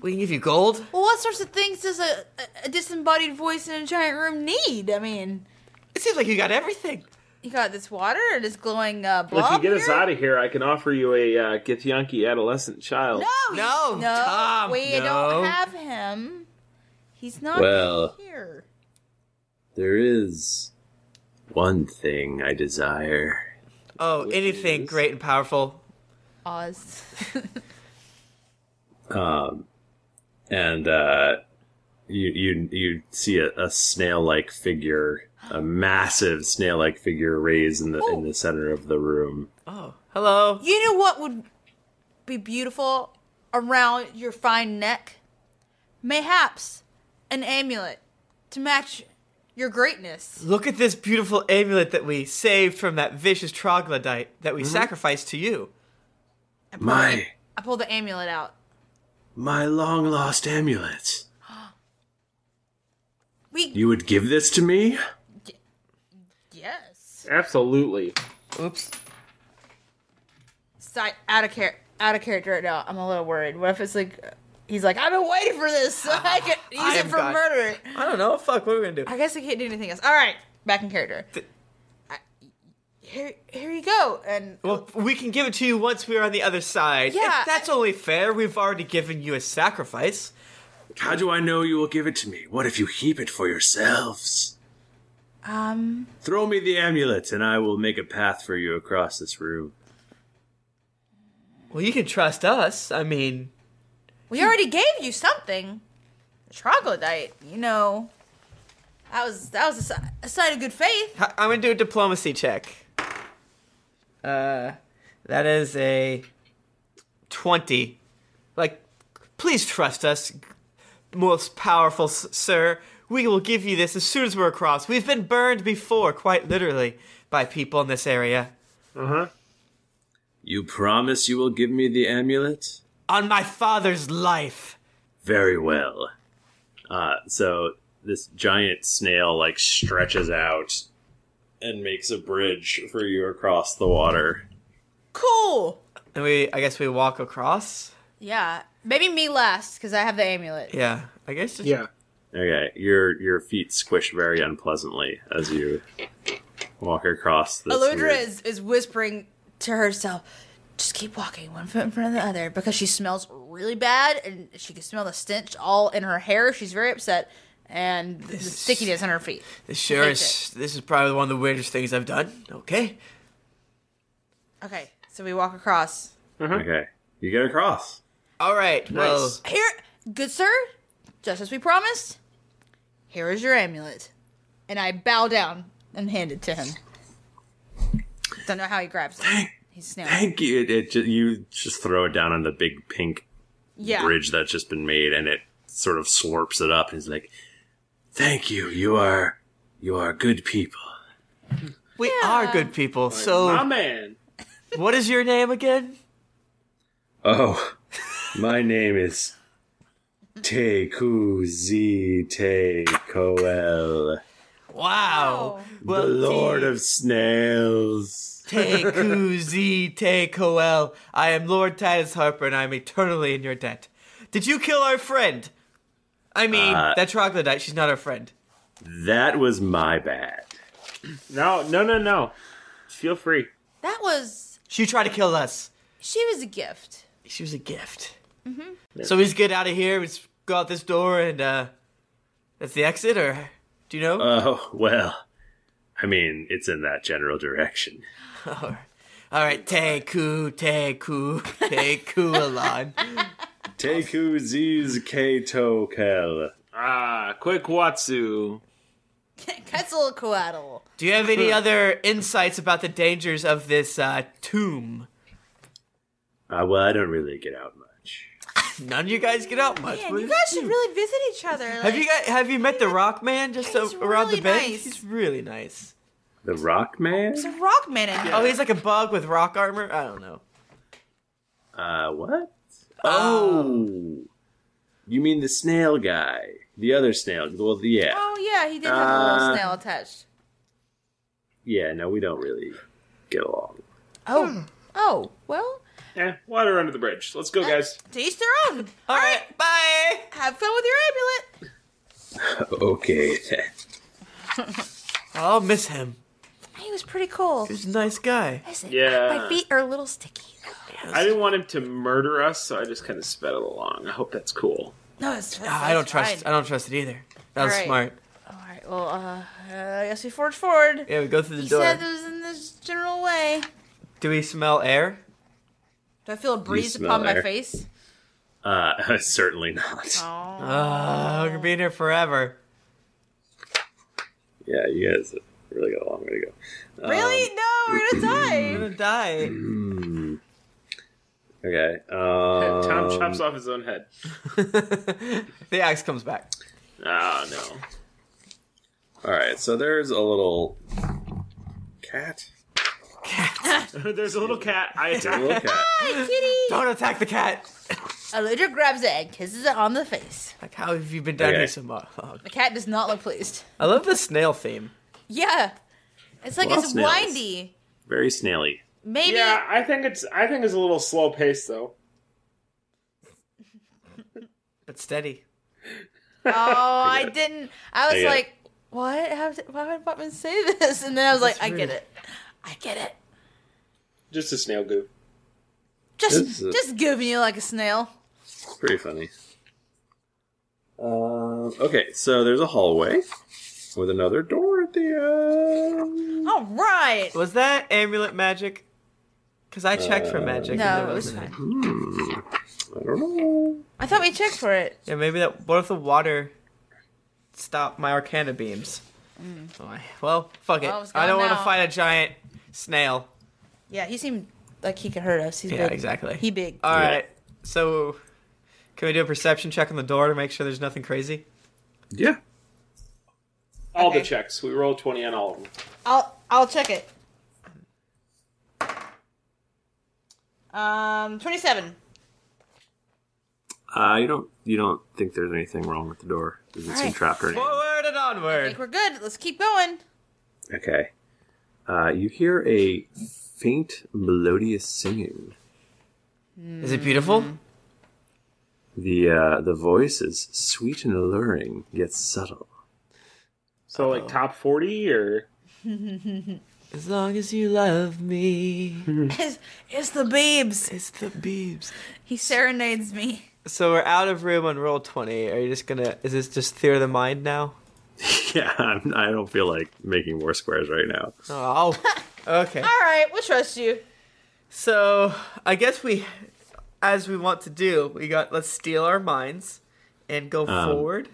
We can give you gold.
Well, what sorts of things does a, a- a disembodied voice in a giant room need? I mean,
it seems like you got everything.
You got this water and this glowing uh, blob.
Well, if you get
here?
us out of here, I can offer you a uh, Githyanki adolescent child.
no, no, no,
Tom,
we
no.
don't have him. He's not
Well.
here.
There is one thing I desire.
Oh, anything great and powerful.
Oz. *laughs*
Um, and uh, you you you see a, a snail like figure, a massive snail like figure raised in the in the center of the room.
Oh, hello.
You know what would be beautiful around your fine neck? Mayhaps an amulet to match your greatness.
Look at this beautiful amulet that we saved from that vicious troglodyte that we
Mhm.
sacrificed to you.
My
I pulled the amulet out.
my long lost amulet.
We
You would give this to me?
yes.
Absolutely.
Oops.
Si- out of care, out of character right now. I'm a little worried. What if it's like he's like, I've been waiting for
*laughs*
this so I can use
I
it
am
for
God.
murder.
I don't know. Fuck, what are we gonna do?
I guess I can't do anything else. All right, back in character. I- here, here you go. And
Well, we can give it to you once we're on the other side.
Yeah.
If that's only fair. We've already given you a sacrifice.
How do I know you will give it to me? What if you keep it for yourselves?
um,
Throw me the amulet, and I will make a path for you across this room.
Well, you can trust us. I mean,
we already gave you something, the troglodyte. You know, that was that was a, si- a sign of good faith.
I- I'm gonna do a diplomacy check. Uh, that is a twenty. Like, please trust us, most powerful s- sir. We will give you this as soon as we're across. We've been burned before, quite literally, by people in this area. Uh huh.
You promise you will give me the amulet?
On my father's life.
Very well. Uh, so this giant snail like stretches out and makes a bridge for you across the water.
Cool.
And we, I guess, we walk across.
Yeah, maybe me last because I have the amulet.
Yeah, I guess. Just,
Okay, your your feet squish very unpleasantly as you walk across this.
Aludra
weird-
is, is whispering to herself, just keep walking one foot in front of the other because she smells really bad and she can smell the stench all in her hair. She's very upset and the stickiness on her feet.
This sure
Okay.
is. This is probably one of the weirdest things I've done. Okay.
Okay, so we walk across.
Okay, you get across.
All right. Well,
Here, good sir, just as we promised, here is your amulet. And I bow down and hand it to him. Don't know how he grabs it. He's snail.
Thank you. It, it ju- you just throw it down on the big pink
Yeah.
bridge that's just been made, and it sort of slurps it up and is like, "Thank you. You are you are good people."
We are good people. so,
my man,
what is your name again?
Oh, *laughs* my name is Te Kuzi Te Koel,
Wow.
the Lord of Snails.
Tekuzi Tekoel. I am Lord Titus Harper, and I am eternally in your debt. Did you kill our friend? I mean,
Uh,
that troglodyte. She's not our friend.
That was my bad.
No, no, no, no. Feel free.
That was.
She tried to kill us.
She was a gift.
She was a gift.
Mm-hmm.
So we just get out of here. We just go out this door, and uh, that's the exit. Or do you know? *laughs*
Oh well, I mean, it's in that general direction.
All right, Teku, Teku, Tekualon.
Teku Ziz Kato Kel.
Ah, quick Watsu.
Quetzal Coatl.
Do you have any other insights about the dangers of this uh, tomb?
Uh, well, I don't really get out much.
None of you guys get out much.
Man,
but-
you guys should really visit each other.
Have you guys, have you met the Rock Man just a- around the bend?
nice.
He's really nice.
The Rock Man?
It's a rock man in here.
Oh, he's like a bug with rock armor. I don't know.
Uh, what? Oh, you mean the snail guy? The other snail? Well, the- yeah,
Oh yeah, he did have a little
Uh,
snail attached.
yeah. No, we don't really get along.
Oh,
Hmm.
oh, well.
Eh, water under the bridge. Let's go, guys.
To each their own.
*laughs* All right, bye.
Have fun with your
*laughs* okay.
I'll miss him.
amulet. He was pretty cool.
He's a nice guy.
Listen,
Yeah.
My feet are a little sticky.
I didn't want him to murder us, so I just kind of sped it along. I hope that's cool.
No, it's.
Ah, I don't trust. I don't trust it either. That was
All right.
smart.
All right. Well, uh, I guess we forge forward.
Yeah, we go through the
He
door.
said it was in this general way.
Do we smell air?
Do I feel a breeze
smell
upon my
air.
face?
Uh, *laughs* certainly not.
Ah, we're gonna be in here forever.
Yeah, you guys really got a long way to go. Um,
Really? No, we're gonna die.
we're gonna die.
hmm. Okay. Um,
Tom chops off his own head.
*laughs* The axe comes back.
Oh no.
ah, All right. So there's a little cat.
*laughs*
*laughs* There's a little cat. I
There's a little
attack.
cat.
Hi, kitty.
*gasps* Don't *laughs* attack the cat.
Eludra grabs it and kisses it on the face.
Like, how have you been down
Okay.
here so *laughs* long?
The cat does not look pleased.
I love the snail theme.
Yeah, it's like
Well,
it's
snails.
windy.
Very snaily.
Maybe
Yeah, I think it's I think it's a little slow paced though.
But steady.
Oh, I didn't. I
I
was
get it.
like, what? How, did- why would Buttman say this? And then I was like,
That's
I
rude.
get it. I get it.
Just a snail goo.
Just,
This is-
just give me like a snail.
It's pretty funny. Um, okay, so there's a hallway with another door at the end.
uh,
All right.
Was that amulet magic? Because I checked for magic. and
no,
there
it was
wasn't
I don't know.
oh.
I thought we checked for it.
Yeah, maybe that. What if the water stopped my arcana beams?
Mm.
Oh, I- well, fuck it.
Well, it's
I don't
gone
want to
now.
fight a giant snail.
Yeah, he seemed like he could hurt us. He's
Yeah,
big.
exactly.
He big.
All right. So, can we do a perception check on the door to make sure there's nothing crazy?
Yeah.
All the checks. We roll twenty on all of them.
I'll, I'll check it. Um, twenty-seven.
Uh, you don't you don't think there's anything wrong with the door? Doesn't seem
Alright.
trapped or anything.
Forward and
I
onward.
think we're good. Let's keep going.
Okay. Uh, you hear a faint melodious singing.
Is it beautiful?
Hmm.
The uh, the voice is sweet and alluring, yet subtle. *laughs*
So like top forty or
As long as you love *laughs*
*laughs*
me.
It's, it's the Beebs.
It's the Beebs.
He serenades
*laughs*
me.
so we're out of room on roll twenty. Are you just gonna? Is this just theory of the mind
*laughs*
now?
yeah, I'm, I don't feel like making more squares right now.
Oh. Okay.
All right, we'll trust you.
So I guess we, as we want to do, we got let's steal our minds and go
Um,
forward.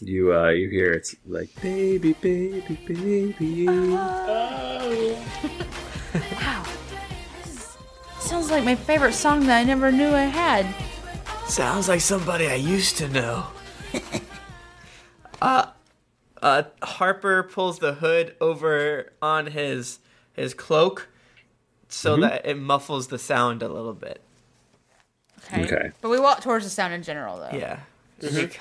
You uh, you hear it's like baby, baby, baby.
Uh-huh. Sounds like my favorite song that I never knew I had.
Sounds like somebody I used to
*laughs*
know. uh, uh, Harper pulls the hood over on his his cloak so
Mhm.
that it muffles the sound a little bit.
Okay.
Okay.
But we walk towards the sound in general, though.
Yeah.
Mhm.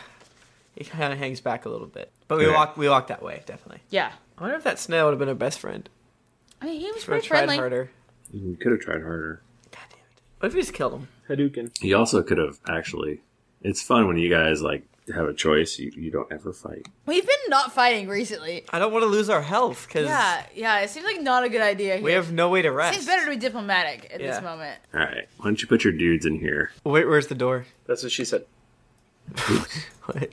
He kind of hangs back a little bit, but we
Mm-hmm. Yeah.
walk we walk that way definitely.
Yeah.
I wonder if that snail would have been our best friend.
I mean, he was
He would
pretty
have tried
friendly.
harder.
You could have tried harder.
What if we just killed him? Hadouken.
You also could have actually. It's fun when you guys like have a choice. You, you don't ever fight.
We've been not fighting recently.
I don't want to lose our health because
Yeah, yeah. It seems like not a good idea. Here.
we have no way to
It
rest.
seems better to be diplomatic at
Yeah.
this moment.
All right, why don't you put your dudes in here?
Wait, where's the door?
That's what she said.
I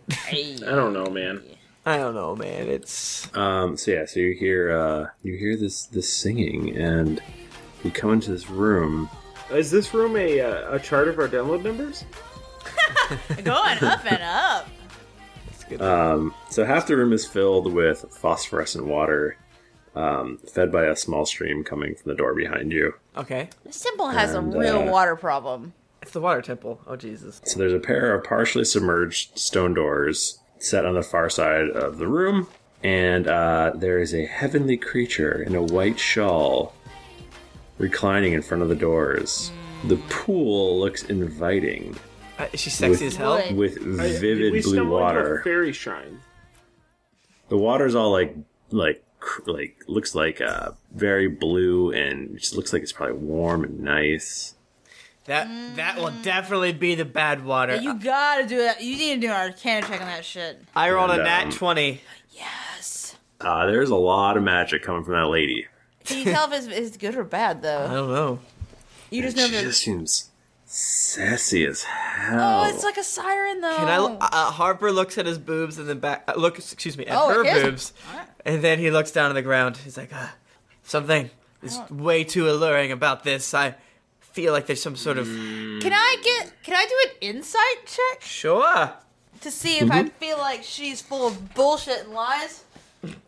don't know, man.
I don't know, man. It's
Um, so yeah, so you hear uh, you hear this this singing, and you come into this room.
Is this room a uh, a chart of our download numbers?
Going up
*laughs*
and up.
Um, so half the room is filled with phosphorescent water, um, fed by a small stream coming from the door behind you.
Okay.
This temple has
And,
a real
uh,
water problem.
It's the water temple. Oh Jesus.
So there's a pair of partially submerged stone doors set on the far side of the room, and uh, there is a heavenly creature in a white shawl reclining in front of the doors. The pool looks inviting.
Uh, is she sexy as hell? Would.
With
I- did
vivid
we
blue
stumble
water.
Into a fairy shrine.
The water's all like like cr- like looks like uh very blue and just looks like it's probably warm and nice.
That that will definitely be the bad water. Uh,
Yeah, Mm. you gotta do that. You need to do an arcana check on that shit.
I rolled a
And,
nat
um,
twenty.
Yes.
Uh there's a lot of magic coming from that lady.
Can you tell if it's, it's good or bad though?
don't know.
You just know
She
that.
just seems sassy as hell.
Oh, it's like a siren though.
Can I? Uh, Harper looks at his boobs and then back. Uh, look, excuse me, at
Oh,
her
his-
boobs, and then he looks down on the ground. He's like, uh, something is way too alluring about this. I feel like there's some sort of.
Can I get? Can I do an insight check
Sure.
to see if
Mm-hmm.
I feel like she's full of bullshit and lies?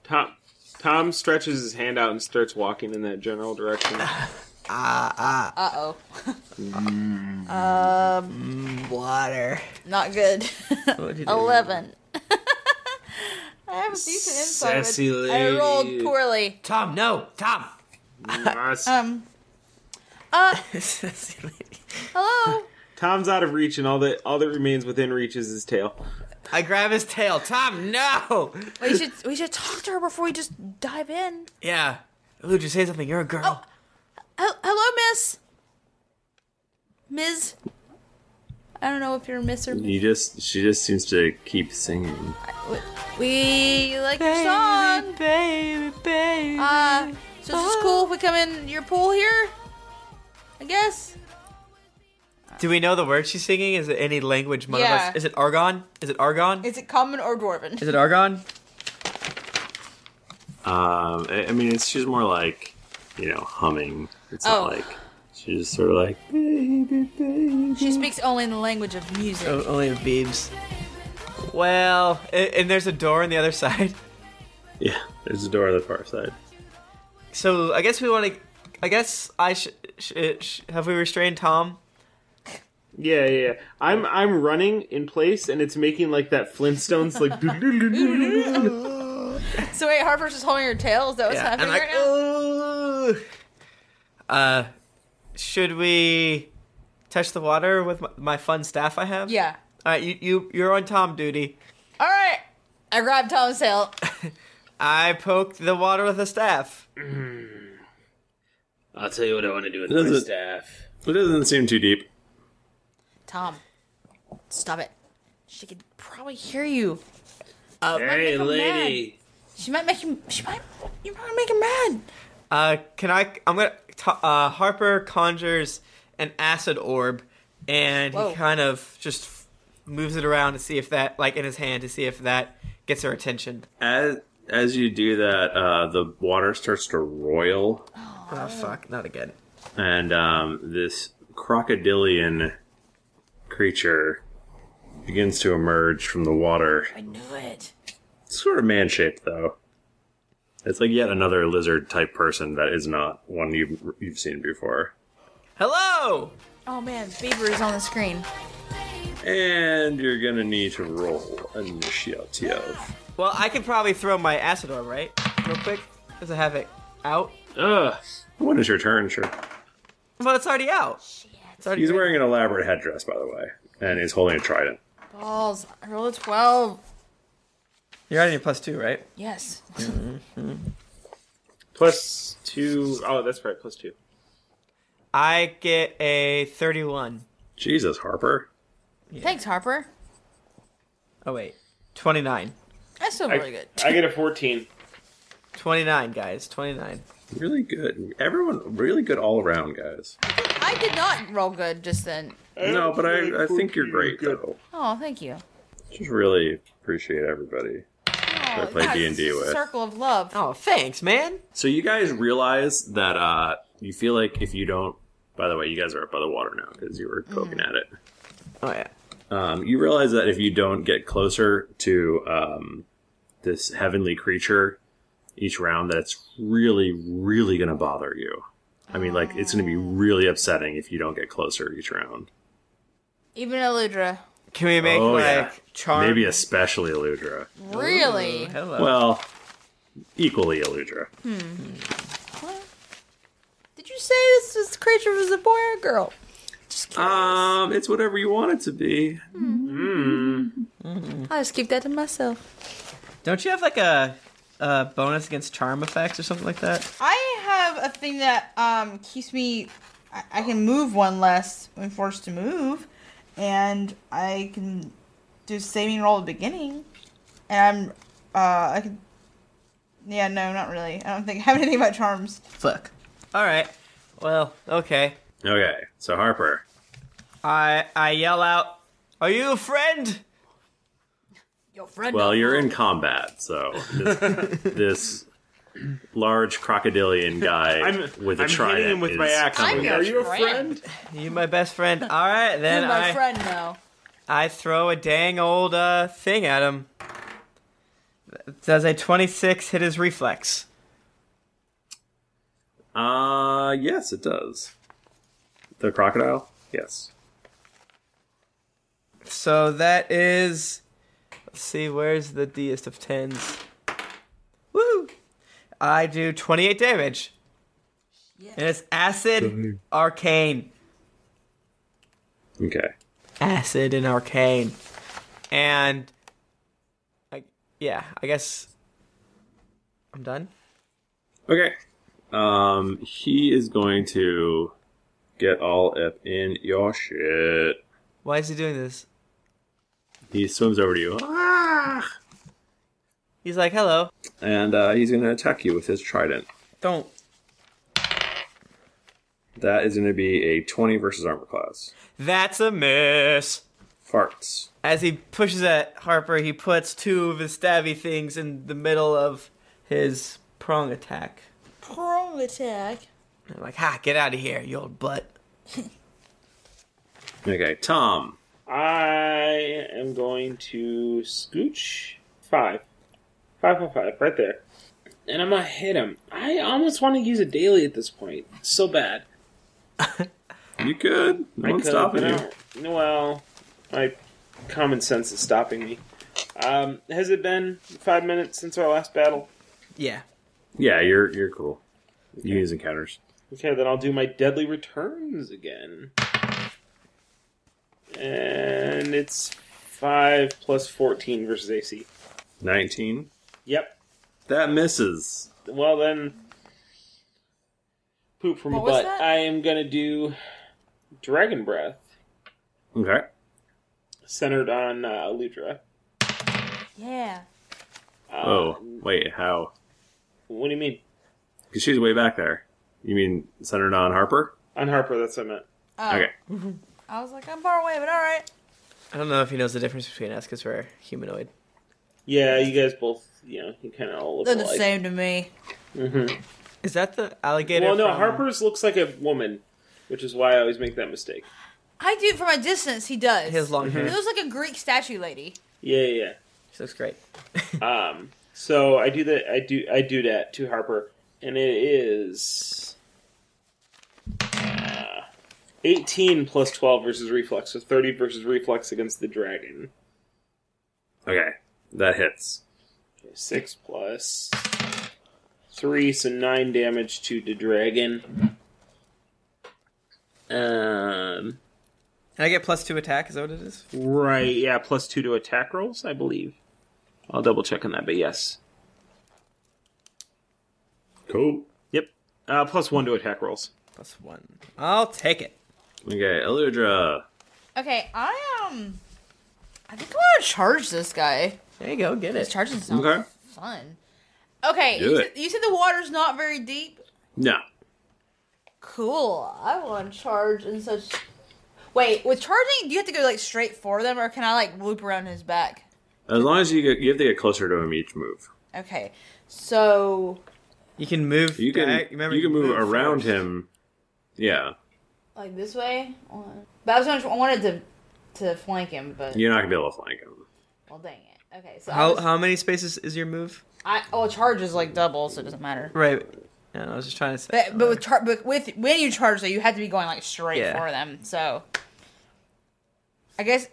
Tom Tom stretches his hand out and starts walking in that general direction. Ah
*laughs* ah.
Uh oh. Um,
Mm, water.
not good.
did you do?
Eleven. *laughs* I have a decent insight.
Sassy
but I rolled
lady.
poorly.
Tom, no, Tom.
Um. Uh.
*laughs*
Hello.
Tom's out of reach, and all that all that remains within reach is his tail.
I grab his tail. Tom, no.
We should we should talk to her before we just dive in.
Yeah. Lou, just say something. You're a
Oh,
girl.
Hel- Hello, Miss. Ms. I don't know if you're Miss or
you just she just seems to keep singing.
We like your song,
baby, baby.
Uh, so is this cool if we come in your pool here? I guess.
Do we know the words she's singing? Is it any language? One
Yeah.
of us. Is it argon? Is it argon?
Is it common or dwarven?
Is it argon?
Um I, I mean it's she's more like, you know, humming. It's
Oh.
not like she's just sort of like
She speaks only in the language of music.
O- only the beebs. Oh, Well, a- and there's a door on the other *laughs* side.
Yeah, there's a door on the far side.
So I guess we want to. I guess I should. Sh- uh, sh- have we restrained Tom?
Yeah, yeah, yeah. I'm I'm running in place, and it's making like that Flintstones like. *laughs*
So wait, Harper's just holding her tail. Is that what's
Yeah,
happening
I'm like,
right now?
Uh, should we touch the water with my, my fun staff I have?
Yeah.
All right, you you you're on Tom duty.
All right. I grabbed Tom's tail.
I poked the water with a staff.
Hmm. I'll tell you what I want to do with
It
my
doesn't-
staff.
It doesn't seem too deep.
Tom, stop it. She could probably hear you. Oh,
Uh,
hey, lady.
She might make him. She might. You might make him mad.
Uh, can I? I'm gonna. t- Uh, Harper conjures an acid orb, and
Whoa.
he kind of just f- moves it around to see if that, like in his hand, to see if that gets her attention.
As as you do that, uh, the water starts to roil,
Oh, fuck! Not again.
and um, this crocodilian creature begins to emerge from the water.
I knew it.
Sort of man shaped, though. It's like yet another lizard type person that is not one you've you've seen before.
Hello.
Oh man, Bieber is on the screen.
And you're gonna need to roll initiative.
Well, I can probably throw my acid orb, right? Real quick, because I have it out.
Ugh. When is your turn, sure?
Well, it's already out. It's already
He's wearing an elaborate headdress, by the way, and he's holding a trident.
Balls. I rolled a 12.
You're already plus two, right?
Yes.
Mm-hmm.
Plus two. Oh, that's right. Plus two.
I get a 31.
Jesus, Harper.
Thanks, Harper.
Oh, wait. 29.
That's still
I-
really good.
I get a 14.
29, guys. 29.
Really good. Everyone, really good all around, guys.
I did not roll good just then.
No, but I, I think you're great, though.
Oh, thank you.
Just really appreciate everybody that
Oh,
I play D and D with.
Circle of love.
Oh, thanks, man.
So you guys realize that uh, you feel like if you don't. By the way, you guys are up by the water now because you were poking at it.
Mm-hmm. Oh yeah.
Um, you realize that if you don't get closer to um, this heavenly creature each round, that it's really, really going to bother you. I mean, like it's going to be
Ah.
really upsetting if you don't get closer each round.
Even Eludra.
Can we
make,
oh,
like,
yeah.
charm-
Maybe especially Eludra.
Really?
Well, equally Eludra.
Hmm. What? Did you say this, this creature was a boy or a girl?
Um, it's whatever you want it to be. Mm.
I'll just keep that to myself.
Mm-hmm. Don't you have like a, a bonus against charm effects or something like that?
I have a thing that um keeps me. I, I can move one less when forced to move, and I can do saving roll at the beginning, and I'm uh I can. Yeah, no, not really. I don't think I have *laughs* anything about charms.
Fuck. All right. Well, okay.
Okay, so Harper.
I I yell out, "Are you a friend?"
Your friend.
Well, you're in combat, so
*laughs*
this, this large crocodilian guy
I'm-
with a
I'm hitting
trident
him with
is
my axe. I'm
coming
your
at you.
friend? You my best friend. All
*laughs*
right, then
my
I
friend now.
I throw a dang old uh thing at him. Does a 26 hit his reflex?
Uh, yes, it does. The crocodile? Yes.
So that is. Let's see, where's the Dest of 10s? Woo! I do 28 damage. And it's acid, arcane.
Okay.
Acid and arcane. And. I, yeah, I guess. I'm done.
Okay. Um, he is going to get all up in your shit.
Why is he doing this?
He swims over to you
He's like, hello.
and uh, he's going to attack you with his trident.
Don't.
That is going to be a 20 versus armor class.
That's a miss.
Farts.
As he pushes at Harper, he puts two of his stabby things in the middle of his prong attack.
Prong attack.
And I'm like, ha, get out of here, you old butt.
Okay, Tom.
I am going to scooch five. Five, five, five, right there. And I'm going to hit him. I almost want to use a daily at this point. So bad.
You could. No
I
one's
could,
stopping
but
you.
I don't- Well, my common sense is stopping me. Um, has it been five minutes since our last battle?
Yeah.
Yeah, you're you're cool. You use encounters.
Okay, then I'll do my deadly returns again. And it's 5 plus 14 versus AC.
19.
Yep.
That misses.
Well, then. Poop from
What
a
was
butt.
that?
I am going to do Dragon Breath,
Okay.
centered on uh, Ludra.
Yeah.
Uh,
oh, wait, how?
What do you mean?
Because she's way back there. You mean centered on Harper?
On Harper, that's what I meant.
Oh.
Okay.
I was like, I'm far away, but all right.
I don't know if he knows the difference between us because we're humanoid.
Yeah, you guys both, you know, you kind of all look
They're the
alike.
same to me.
Mm-hmm.
Is that the alligator?
Well, no,
from-
Harper's looks like a woman, which is why I always make that mistake.
I do from a distance. He does.
He has long
Mm-hmm.
hair.
He looks like a Greek statue lady.
Yeah, yeah, yeah.
She looks great. *laughs*
um, so I do that. I do. I do that to Harper, and it is. Uh, 18 plus 12 versus reflex, so 30 versus reflex against the dragon.
Okay, that hits.
6 plus 3, so 9 damage to the dragon. Um,
And I get plus two attack. Is that what it is?
right, yeah, plus 2 to attack rolls, I believe. I'll double check on that, but yes.
Cool.
Yep. Uh, plus 1 to attack rolls.
Plus 1. I'll take it.
Okay,
uh,
Eludra.
Okay, I um, I think I want to charge this guy.
There you go. Get
This charging sounds
Okay.
fun. Okay,
Do
you
it.
said, you said the water's not very deep.
No.
Cool. I want to charge and such. Wait, with charging, do you have to go like straight for them, or can I like loop around his back?
As long as you get, you have to get closer to him each move.
Okay, so
You can move.
You can
back- remember,
you can move, around him. Yeah,
like this way. But I was gonna, I wanted to to flank him, but
you're not gonna be able to flank him.
well, dang it. Okay, so I,
How,
was-
how many spaces is your move?
I oh, charge is like double, so it doesn't matter.
Right. Yeah, I was just trying to say.
But but with, char- but with when you charge though, you have to be going like straight
Yeah.
for them. So I guess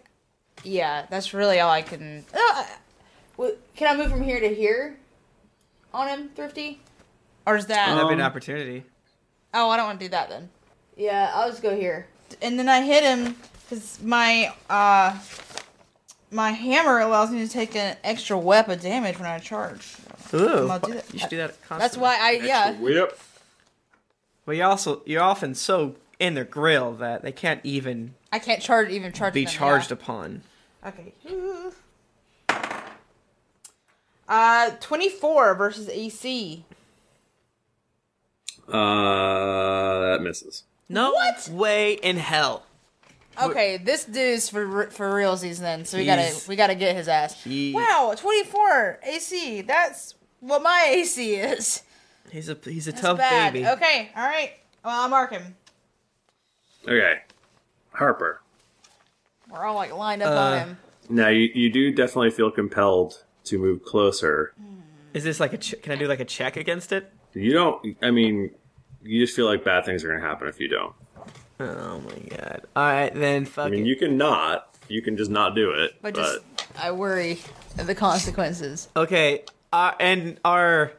yeah, that's really all I can. Uh, I- w- can I move from here to here on him, Thrifty? Or is that?
That'd be an opportunity.
Oh, I don't want to do that then. Yeah, I'll just go here. And then I hit him because my uh my hammer allows me to take an extra web of damage when I charge.
Ooh,
I'll do that.
you should do that. Constantly.
That's why I yeah.
Whip.
Well, you also you're often so in their grill that they can't even
I can't charge even charge.
be
them, yeah.
charged upon.
Okay. *laughs* Uh, 24 versus E AC.
Uh, that misses.
No way in hell.
Okay, this dude's for for realsies then, so we gotta
He's-
we gotta get his ass.
He-
Wow, 24 AC. That's what my AC is.
He's a he's a
That's
tough
bad.
baby.
Okay, all right. Well, I'll mark him.
Okay, Harper.
We're all like lined up
Uh,
on him.
Now you, you do definitely feel compelled to move closer.
Is this like a ch- can I do like a check against it?
You don't. I mean, you just feel like bad things are gonna happen if you don't.
Oh my god. All right, then fuck
I mean, you can not. You can just not do it. But,
But just, I worry of the consequences.
Okay, uh, and are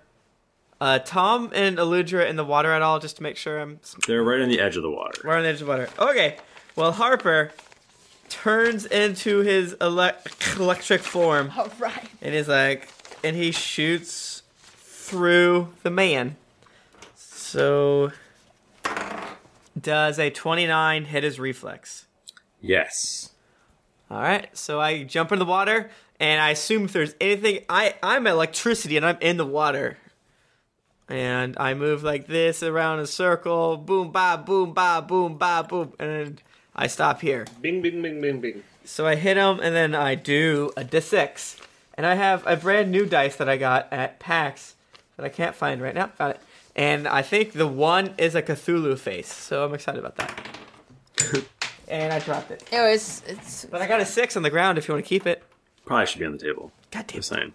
uh, Tom and Aludra in the water at all? Just to make sure I'm
they're right on the edge of the water.
We're on the edge of water. Okay. Well, Harper turns into his ele- electric form.
All right.
And is like, and he shoots through the man. So, does a 29 hit his reflex?
Yes.
All right. So I jump in the water, and I assume if there's anything, I I'm electricity, and I'm in the water. And I move like this around a circle, boom, ba, boom, ba, boom, ba, boom, and I stop here.
Bing, bing, bing, bing, bing.
So I hit him, and then I do a d6, and I have a brand new dice that I got at PAX that I can't find right now. Found it. And I think the one is a Cthulhu face, so I'm excited about that. and I dropped it.
It was, it's.
But I got a six on the ground if you want to keep it.
Probably should be on the table.
God damn.
Just saying.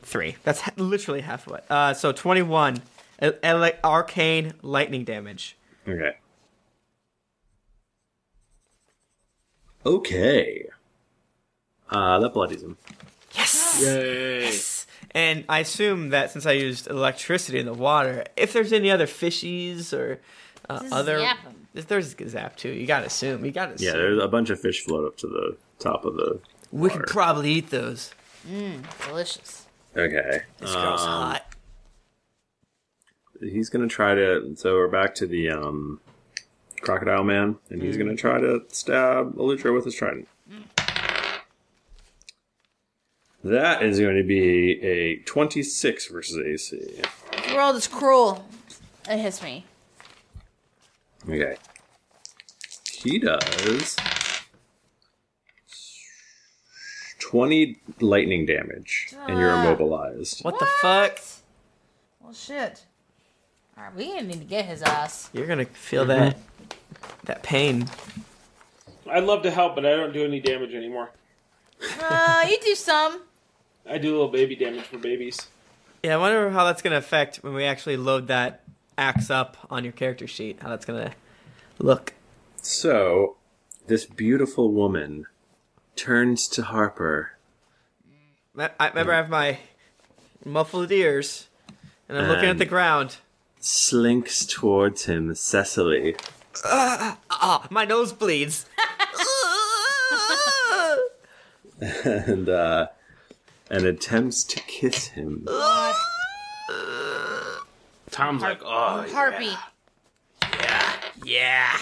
Three. That's ha- literally half of it. Uh, so 21 ele- ele- arcane lightning damage.
Okay. Okay. Uh, that bloodies him.
Yes.
Yes.
And I assume that since I used electricity in the water, if there's any other fishies or uh,
Just
other,
zap 'em.
if there's a zap too. You gotta assume. You gotta
Yeah,
assume.
there's a bunch of fish float up to the top of the.
we could probably eat those.
Mmm, delicious.
Okay.
This girl's
Um,
hot.
He's gonna try to. So we're back to the um, crocodile man, and he's gonna try to stab Elytra with his trident. That is going to be a 26 versus AC.
The world is cruel. It hits me.
Okay. He does 20 lightning damage, and you're
Ah.
immobilized.
What the fuck?
Well, shit. All right, we didn't need to get his
*laughs*
ass.
You're gonna feel that that pain.
I'd love to help, but I don't do any damage anymore.
Uh, you do some.
I do a little baby damage for babies.
Yeah, I wonder how that's gonna affect when we actually load that axe up on your character sheet. How that's gonna
Look. So, this beautiful woman turns to Harper.
Me- I remember I have my muffled ears, and I'm looking at
And-
the ground.
Slinks towards him, Cecily. *laughs*
Ah, ah, my nose bleeds.
and uh, and attempts to kiss him.
Tom's like, oh,
Harpy.
yeah.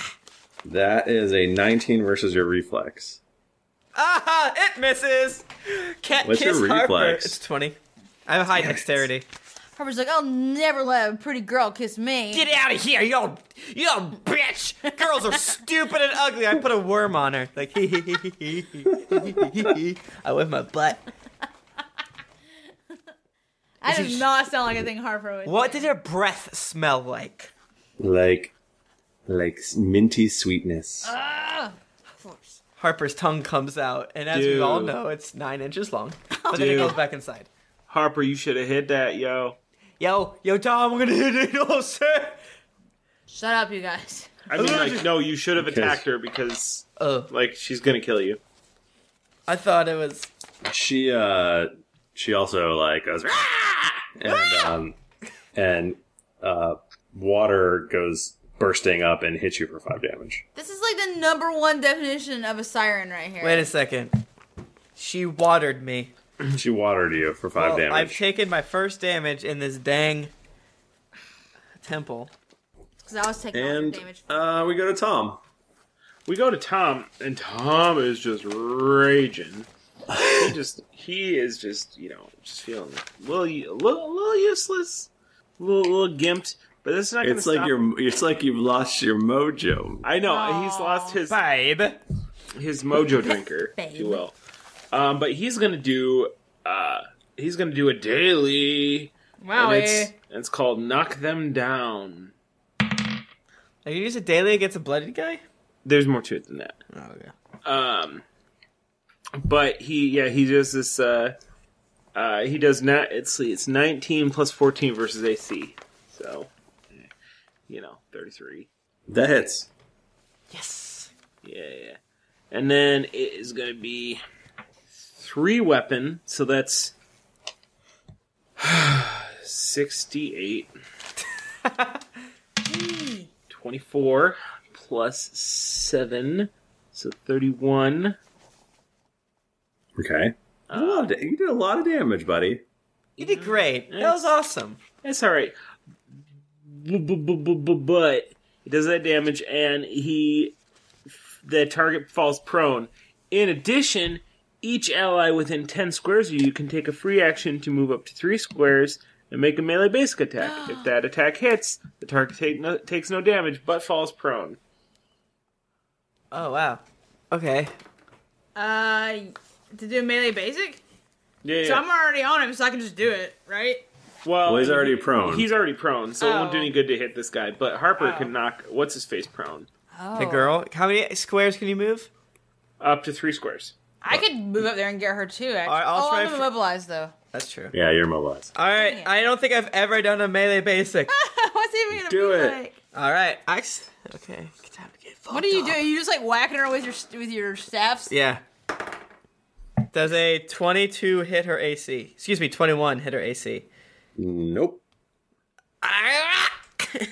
That is a 19 versus your reflex.
Ah, it misses. Can't
What's your
kiss Harper.
reflex?
It's twenty. I have high dexterity.
Harper's like, I'll never let a pretty girl kiss me.
Get out of here, you old, you old bitch! Girls
*laughs*
are stupid and ugly. I put a worm on her. Like, hee hee hee hee hee hee hee. I whip my butt.
I does not sound like I think Harper would.
What did her breath smell like?
Like, like minty sweetness.
Ah!
Harper's tongue comes out, and as we
Dude.
all know, it's nine inches long. But then it
Dude.
goes back inside.
Harper, you should have hit that, yo.
Yo, yo, Tom, I'm gonna *laughs* hit it, oh sir.
Shut up, you guys.
I mean, like, no, you should have
Because-
attacked her because,
oh,
like, she's gonna kill you.
I thought it was.
She uh, she also like goes and
Ah!
um, and uh, water goes bursting up and hits you for five damage.
This is like the number one definition of a siren right here.
Wait a second. She watered me.
She watered you for five
Well, I've
damage.
taken my first damage in this dang temple.
Because I was taking all the
And-
damage.
Uh, we go to Tom.
We go to Tom, and Tom is just raging. He
*laughs*
just, he is just, you know, just feeling a little, a little, a little useless, a little, little gimped. But this is not gonna
It's like
stop
you're. It's like you've lost your mojo.
I know he's lost his
babe,
his mojo drinker, if you will. Um, but he's gonna do uh, he's gonna do a daily.
Wowie.
And it's, and it's called knock them down.
Are you use a daily against a blooded guy?
There's more to it than that.
Oh yeah.
Um, but he yeah he does this. Uh, uh, he does not. It's it's 19 plus 14 versus AC. So, eh, you know, 33.
That hits.
Yeah, yeah. And then it is going to be three weapon, so that's *sighs* 68. 24 plus 7, so 31.
Okay. You loved it. You did a lot of damage, buddy.
You did great. That was awesome.
That's all right. But it does that damage, and he the target falls prone. In addition, each ally within ten squares of you can take a free action to move up to three squares and make a melee
*gasps*
basic attack. if that attack hits, the target take no, takes no damage but falls prone.
Oh wow. Okay.
Uh, to do melee basic?
Yeah.
So I'm already on him, so I can just do it, right?
well,
Well, he's already
he-
prone.
He's already prone, so it won't do
Oh.
any good to hit this guy. But Harper can knock what's his face prone.
Oh.
The girl. How many squares can you move?
Up to three squares.
I could move up there and get her too. Actually.
right, I'll
oh,
try
I'm
for-
immobilized though.
*laughs* That's true.
Yeah, you're mobilized.
All right. I don't think I've ever done a melee basic.
What's even gonna
Do
be
it.
like?
All right. I s- okay.
What are you doing? You just like whacking her with your with your staffs?
Yeah. Does a 22 hit her AC? Excuse me, 21 hit her
*laughs*
AC.
Nope.
I,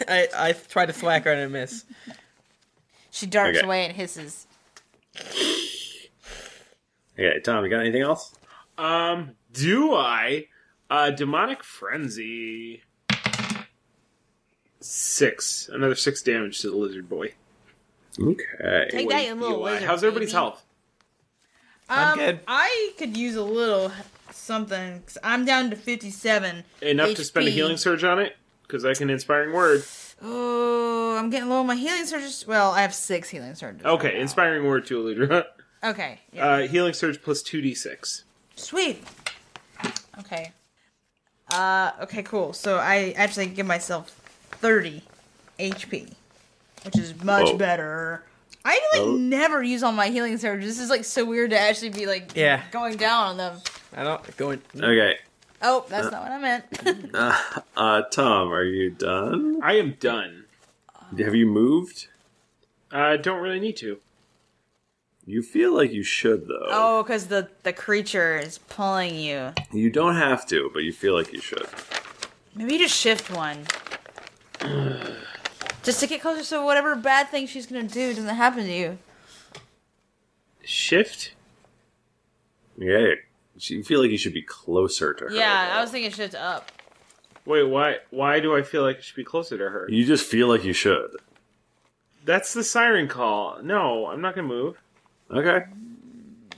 I tried to thwack her and I miss.
She darts
Okay.
away and hisses.
Okay, Tom, you got anything else?
Um, do I? Uh, demonic frenzy. Six. Another six damage to the lizard boy.
Okay.
Take that, you little
DUI.
lizard,
How's everybody's
baby.
health?
Um,
I'm good.
I could use a little something. i I'm down to 57.
Enough to spend a
HP.
healing surge on it because I can inspiring word.
Oh, I'm getting low on my healing surges. Well, I have six healing surges.
Okay, inspiring word to a leader. *laughs*
Okay. Yeah.
uh, healing surge plus two d six.
Sweet. Okay. Uh, okay, cool. So I actually give myself 30 HP, which is much
Whoa.
better. I like
Oh.
never use all my healing surges. This is like so weird to actually be like
Yeah.
going down on them.
I don't go in.
Okay.
Oh, that's
Uh.
not what I meant.
Uh, uh, Tom, are you done?
I am done.
Have you moved?
I don't really need to.
You feel like you should, though.
Oh, because the the creature is pulling you.
You don't have to, but you feel like
*sighs*
you should.
Maybe you just shift one, just to get closer, so whatever bad thing she's gonna do doesn't happen to you.
Shift?
Yeah. You feel like you should be closer to her.
Yeah, I was thinking shift up.
Wait, why? Why do I feel like I should be closer to her?
You just feel like you should.
That's the siren call. No, I'm not gonna move.
Okay.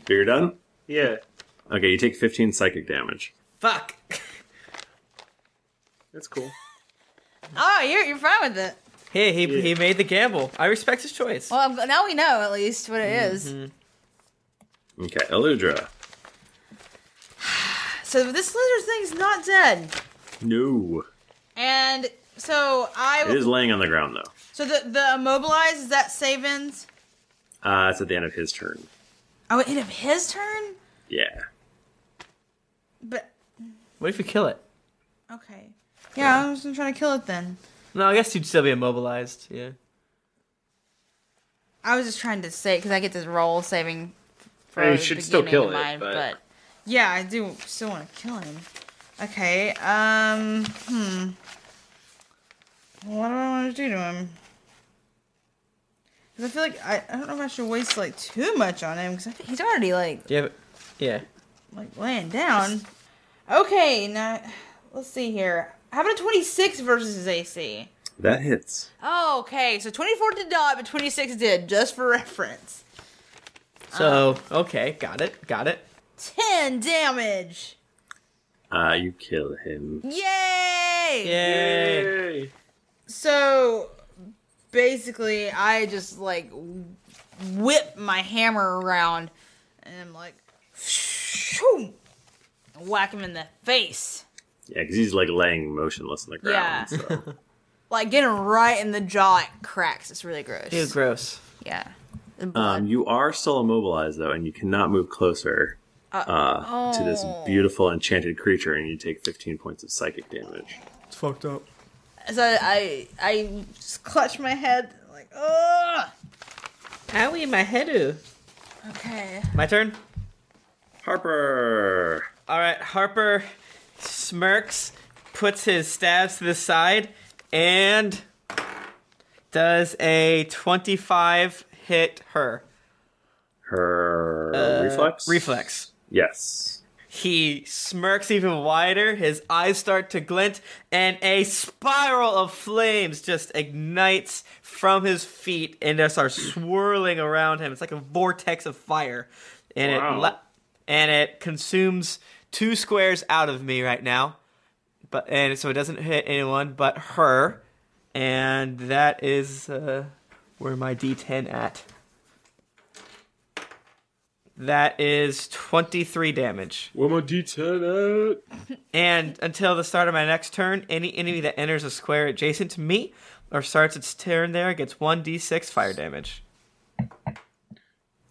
You're done?
Yeah,
Okay, you take 15 psychic damage.
Fuck.
that's cool.
Oh, you're you're fine with it.
Hey, he, he made the gamble. I respect his choice.
Well, I'm, gl- now we know at least what it is.
Okay, Eludra.
So this lizard thing's not dead,
No.
and so I.
It is laying on the ground, though.
So the the immobilize is that Savin's?
Uh, it's at the end of his turn.
Oh, it of his turn.
Yeah.
But
What if we kill it?
okay, yeah, I'm just trying to kill it then.
No, I guess you'd still be immobilized. Yeah.
I was just trying to say because I get this roll saving.
Hey, you
the
should still
beginning
kill
of
it, but-
yeah, I do still want to kill him. Okay, um, hmm. What do I want to do to him? Because I feel like I, I don't know if I should waste like too much on him because he's already like
Yeah. But, yeah.
like laying down. Okay, now let's see here. How about a 26 versus his AC?
That hits.
Oh, okay. So 24 did not, but 26 did, just for reference. Uh,
So okay, got it, got it.
10 damage.
Uh, you kill him.
Yay!
Yay!
So basically, I just like whip my hammer around and I'm like, shoo, whack him in the face.
Yeah, because he's like laying motionless on the
Yeah.
ground.
like, get him right in the jaw. It cracks. It's really gross.
gross.
Yeah.
Um, you are still immobilized though, and you cannot move closer
Uh,
uh, to this
oh.
beautiful enchanted creature, and you take 15 points of psychic damage.
It's fucked up.
So I I just clutch my head like ugh.
Owie, my head. Ew.
Okay.
My turn.
Harper.
All right, Harper smirks, puts his stabs to the side, and does a twenty-five hit her.
Her
Uh,
reflex.
Reflex.
Yes.
He smirks even wider, his eyes start to glint, and a spiral of flames just ignites from his feet and just are swirling around him. It's like a vortex of fire. And
Wow.
it la- and it consumes two squares out of me right now. But and so it doesn't hit anyone but her. And that is uh, where my D10 at. That is 23 damage.
Where my D10
at? and until the start of my next turn, any enemy that enters a square adjacent to me or starts its turn there gets 1d6 fire damage.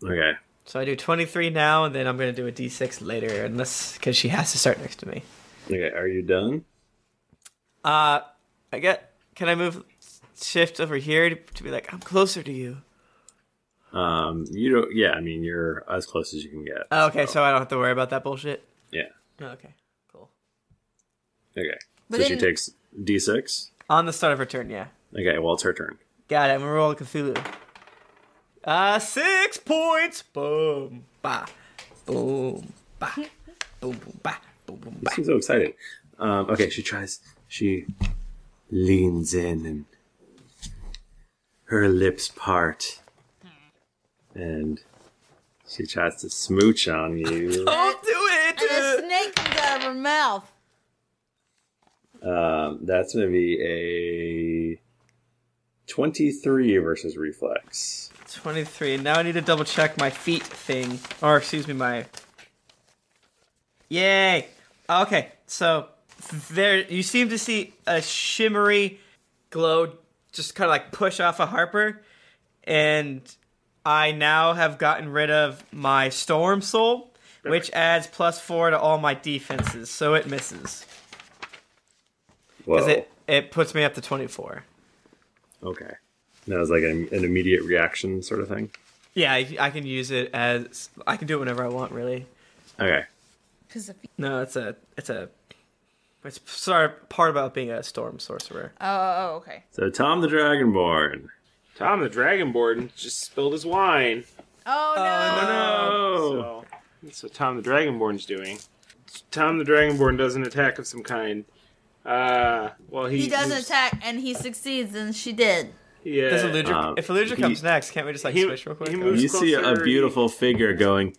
Okay.
So I do 23 now, and then I'm going to do a d6 later, unless because she has to start next to me.
Okay. Are you done?
Uh, I get. Can I move shift over here to, to be like I'm closer to you?
Um, you don't. Yeah, I mean, you're as close as you can get.
Oh, okay, so I don't have to worry about that bullshit.
Yeah.
Okay, cool.
Okay.
But
so she
then-
takes d6.
On the start of her turn, yeah.
Okay. Well, it's her turn.
Got it. I'm gonna roll Cthulhu. Uh, six points. Boom, ba, boom, ba, boom, boom, ba.
This is so exciting. Um, okay, she tries. She leans in and her lips part, and she tries to smooch on
*laughs*
you.
Don't do it. And a snake comes out of her mouth.
um, that's going to be a twenty-three versus reflex.
23. And now I need to double check my feet thing. Or, excuse me, my. Yay! Okay, so there, you seem to see a shimmery glow just kind of like push off a Harper. And I now have gotten rid of my Storm Soul, which adds plus four to all my defenses, so it misses.
Whoa.
Because it, it puts me up to 24.
Okay. And that was like an, an immediate reaction sort of thing.
Yeah, I, I can use it as I can do it whenever I want. Really,
Okay.
no, it's a it's a it's sorry part about being a storm sorcerer.
Oh, okay.
So Tom the Dragonborn.
Tom the Dragonborn just spilled his wine.
Oh no!
Oh,
no! So, that's what Tom the Dragonborn's doing. Tom the Dragonborn does an attack of some kind. Uh, well, he,
He does an attack and he succeeds, and she did.
Yeah.
Does Eludra,
Um,
if Eludra
he-
comes next, can't we just like switch real quick?
You see a beautiful figure going,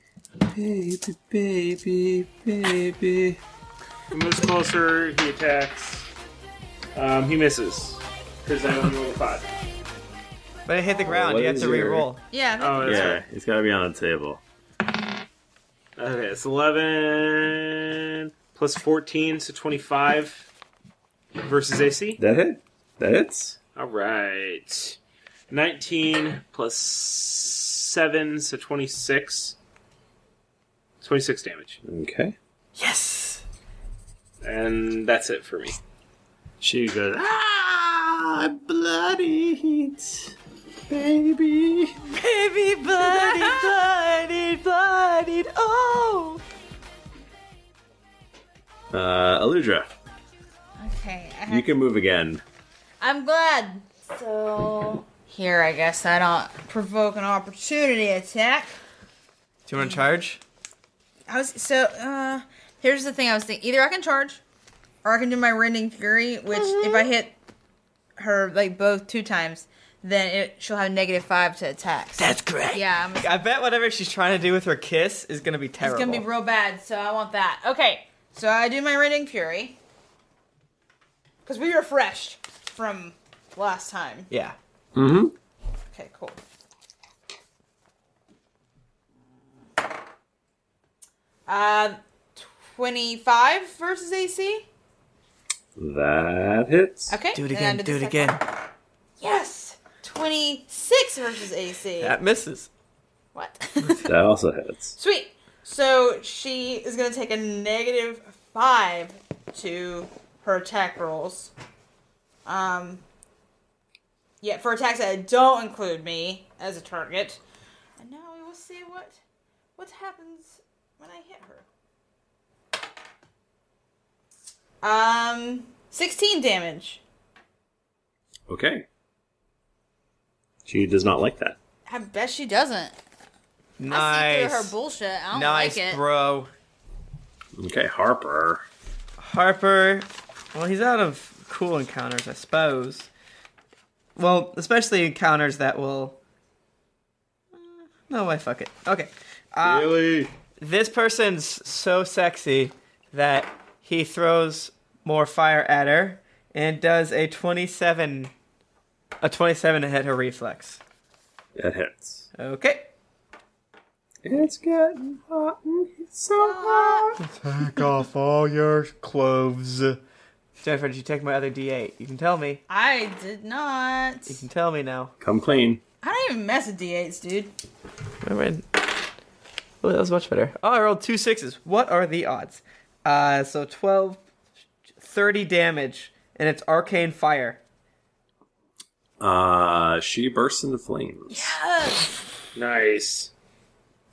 Baby, baby, baby.
He moves closer. He attacks. Um, he misses because I don't roll the pot.
But it hit the ground.
what
you have
is
to
your-
re-roll.
Yeah.
Oh, that's
yeah,
right.
it's got to be on the table.
Okay, it's eleven plus fourteen, so twenty-five versus AC.
That hit? That hits?
All right, nineteen plus seven, so twenty-six. Twenty-six damage,
Okay.
and that's it for me.
She goes,
Ah, bloody
baby.
Baby, bloody, bloody, bloody. Oh.
Uh, Aludra,
Okay. I
Uh-huh.
you can move again.
I'm glad. So here, I guess I don't provoke an opportunity attack.
Do you want to charge?
I was so. uh Here's the thing I was thinking: either I can charge, or I can do my rending fury. Which, if
Mm-hmm.
I hit her like both two times, then it, she'll have negative five to attacks. That's
correct.
Yeah, I'm,
I bet whatever she's trying to do with her kiss is gonna be
it's
terrible.
gonna be real bad. So I want that. Okay, so I do my rending fury because we refreshed from last time.
yeah.
Mm-hmm.
Okay, cool. Uh, 25 versus AC?
That hits.
Okay.
Do it
then
again.
I
Do it
the
again.
Yes! 26 versus AC.
That misses.
What? *laughs*
That also hits.
Sweet! So she is going to take a negative 5 to her attack rolls. Um, yeah, for attacks that don't include me as a target. And now we will see what what happens when I hit her. Um, 16 damage.
Okay. She does not like that.
I bet she doesn't. I see
Nice.
through her bullshit. I don't
nice,
like it.
bro.
Okay, Harper.
Harper. Well, he's out of cool encounters, I suppose. Well, especially encounters that will. eh, No way, fuck it. Okay. Uh,
really?
This person's so sexy that he throws more fire at her and does a 27. A 27 to hit her reflex.
That hits.
Okay.
It's getting hot and it's so hot.
Take off all your clothes. Jennifer, did you take my other D8? You can tell me.
I did not.
You can tell me now.
Come clean.
I don't even mess with D8s, dude.
I read. Oh, that was much better. Oh, I rolled two sixes. What are the odds? Uh, so 12, 30 damage, and it's arcane fire.
Uh, she bursts into flames
Nice.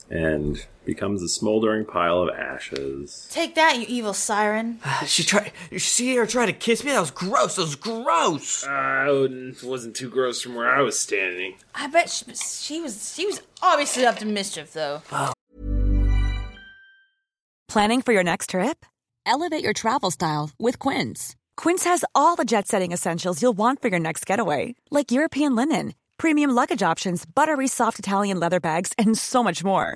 and becomes a smoldering pile of ashes.
Take that, you evil siren.
*sighs* she tried. You see her try to kiss me? That was gross. That was gross.
I wouldn't- wasn't too gross from where I was standing.
I bet she, she was she was obviously up to mischief though.
Planning for your next trip? Elevate your travel style with Quince. Quince has all the jet setting essentials you'll want for your next getaway, like European linen, premium luggage options, buttery soft Italian leather bags, and so much more.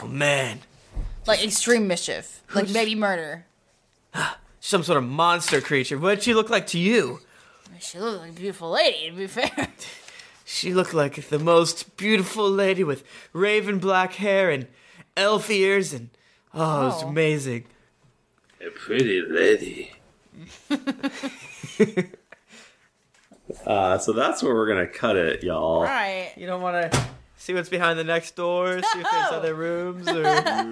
Oh, man.
Like extreme mischief, like maybe murder.
Some sort of monster creature. What'd she look like to you?
She looked like a beautiful lady, to
*laughs*
be fair.
She looked like the most beautiful lady with raven black hair and elf ears, and oh, it was
Oh.
amazing.
A pretty lady.
*laughs* Uh, so that's where we're gonna cut it, y'all.
right.
You don't want to see what's behind the next door, see if there's other rooms, or
I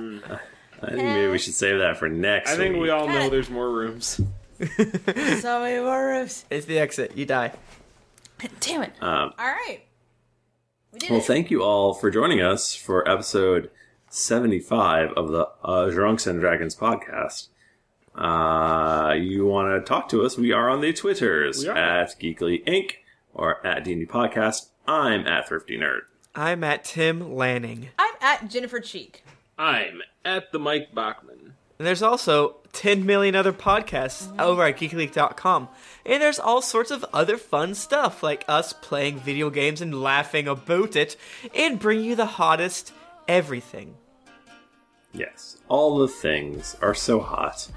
think maybe we should save that for next.
I think we
week.
all know
there's more rooms.
so many more roofs.
it's the exit. You die.
Damn it.
Um,
All right.
Well, thank you all for joining us for episode 75 of the uh, Drunks and Dragons podcast. Uh, you want to talk to us? We are on the Twitters
We are.
at Geekly Inc. or at D&D Podcast. I'm at Thrifty Nerd.
I'm at Tim Lanning.
I'm at Jennifer Cheek.
I'm at the Mike Bachman.
And there's also 10 million other podcasts over at geekleak.com. And there's all sorts of other fun stuff, like us playing video games and laughing about it, and bring you the hottest everything.
Yes, all the things are so hot.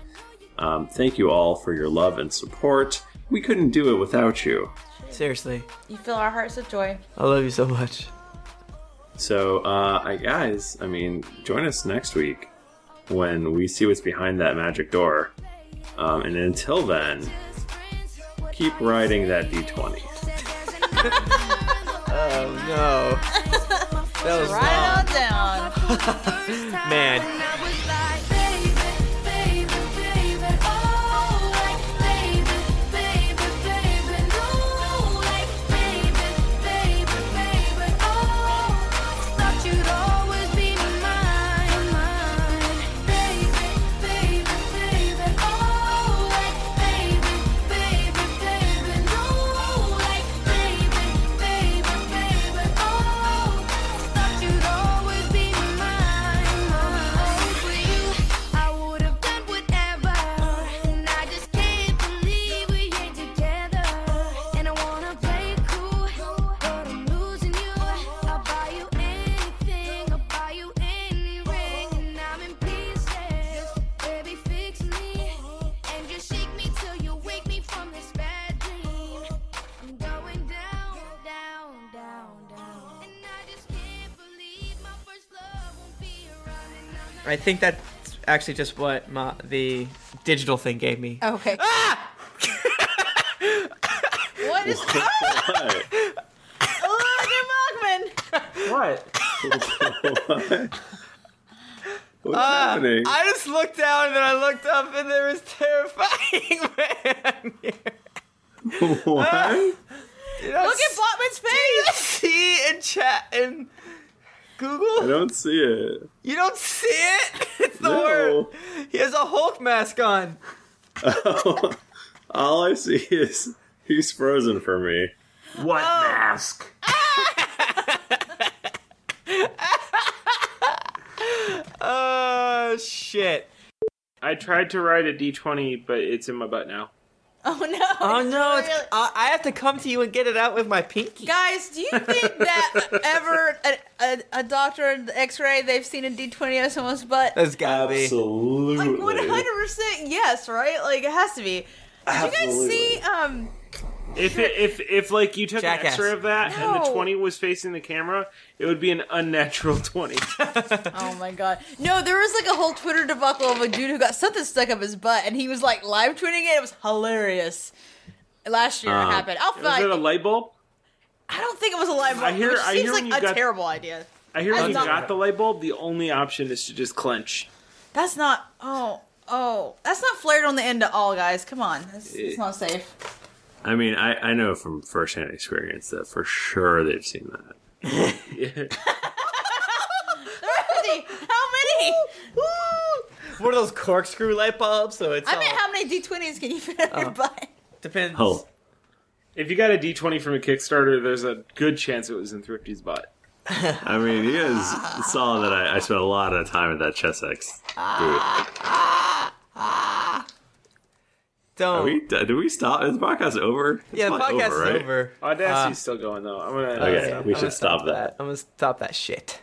Um, thank you all for your love and support. We couldn't do it without you.
Seriously,
You fill our hearts with joy.
*laughs* I love you so much.
So, uh, I- guys, I mean, join us next week when we see what's behind that magic door. Um, and until then, keep riding that d20.
Oh no. That was
Right on down.
long. *laughs* Man. *laughs* I think that's actually just what my, the digital thing gave me.
Okay. what
*laughs*
is *laughs* Look at Bachman.
*laughs*
What?
What's
Ah,
happening?
I just looked down and then I looked up and there was terrifying *laughs* man.
*laughs* What?
Look at Bachman's face.
Do you see in chat in
*laughs* I
Google?
don't see it.
You don't see it? *laughs* It's the
No.
word. He has a Hulk mask on.
*laughs* All I see is he's frozen for me. What mask?
Oh shit.
I tried to ride a d20, but it's in my butt now.
Oh no.
Oh no, it's, I, I have to come to you and get it out with my pinky.
Guys, do you think that ever a, a, a doctor in the X-ray they've seen a D20 on someone's butt?
That's gotta
Absolutely.
Like one hundred percent, yes, right? Like it has to be. Did you guys
Absolutely.
see? Um,
If it, if if like you took an
Jackass.
X-ray of that and the
No.
twenty was facing the camera, it would be an unnatural
*laughs*
twenty.
oh my god, no, there was like a whole Twitter debacle of a dude who got something stuck up his butt, and he was like live tweeting it. It was hilarious. Last year
Uh.
Uh-huh.
it happened. I'll
Was
find.
it a light bulb?
I don't think it was a live.
I hear-
Which
I
seems
hear
like
when you
a
got-
terrible idea.
I hear
That's
when you
not-
got the light bulb, the only option is to just clench.
That's not. Oh, oh, that's not flared on the end at all, guys. Come on, that's, it's not safe. *laughs*
I mean, I, I know from firsthand experience that for sure they've
*laughs*
seen that.
Dorothy, how many?
One of those corkscrew light bulbs, so it's uh,
I mean,
all-
how many D20s can you fit in your butt?
depends.
If you got a d20 from a Kickstarter, there's a good chance it was in Thrifty's butt.
I mean, you guys saw that I, I spent a lot of time at that Chessex booth. Are we, did we stop? Is the podcast over? It's
Yeah, the
not
podcast
over, right?
is over.
Audacity's
Uh,
still going though. I'm gonna.
Okay, we should stop that.
I'm gonna stop that shit.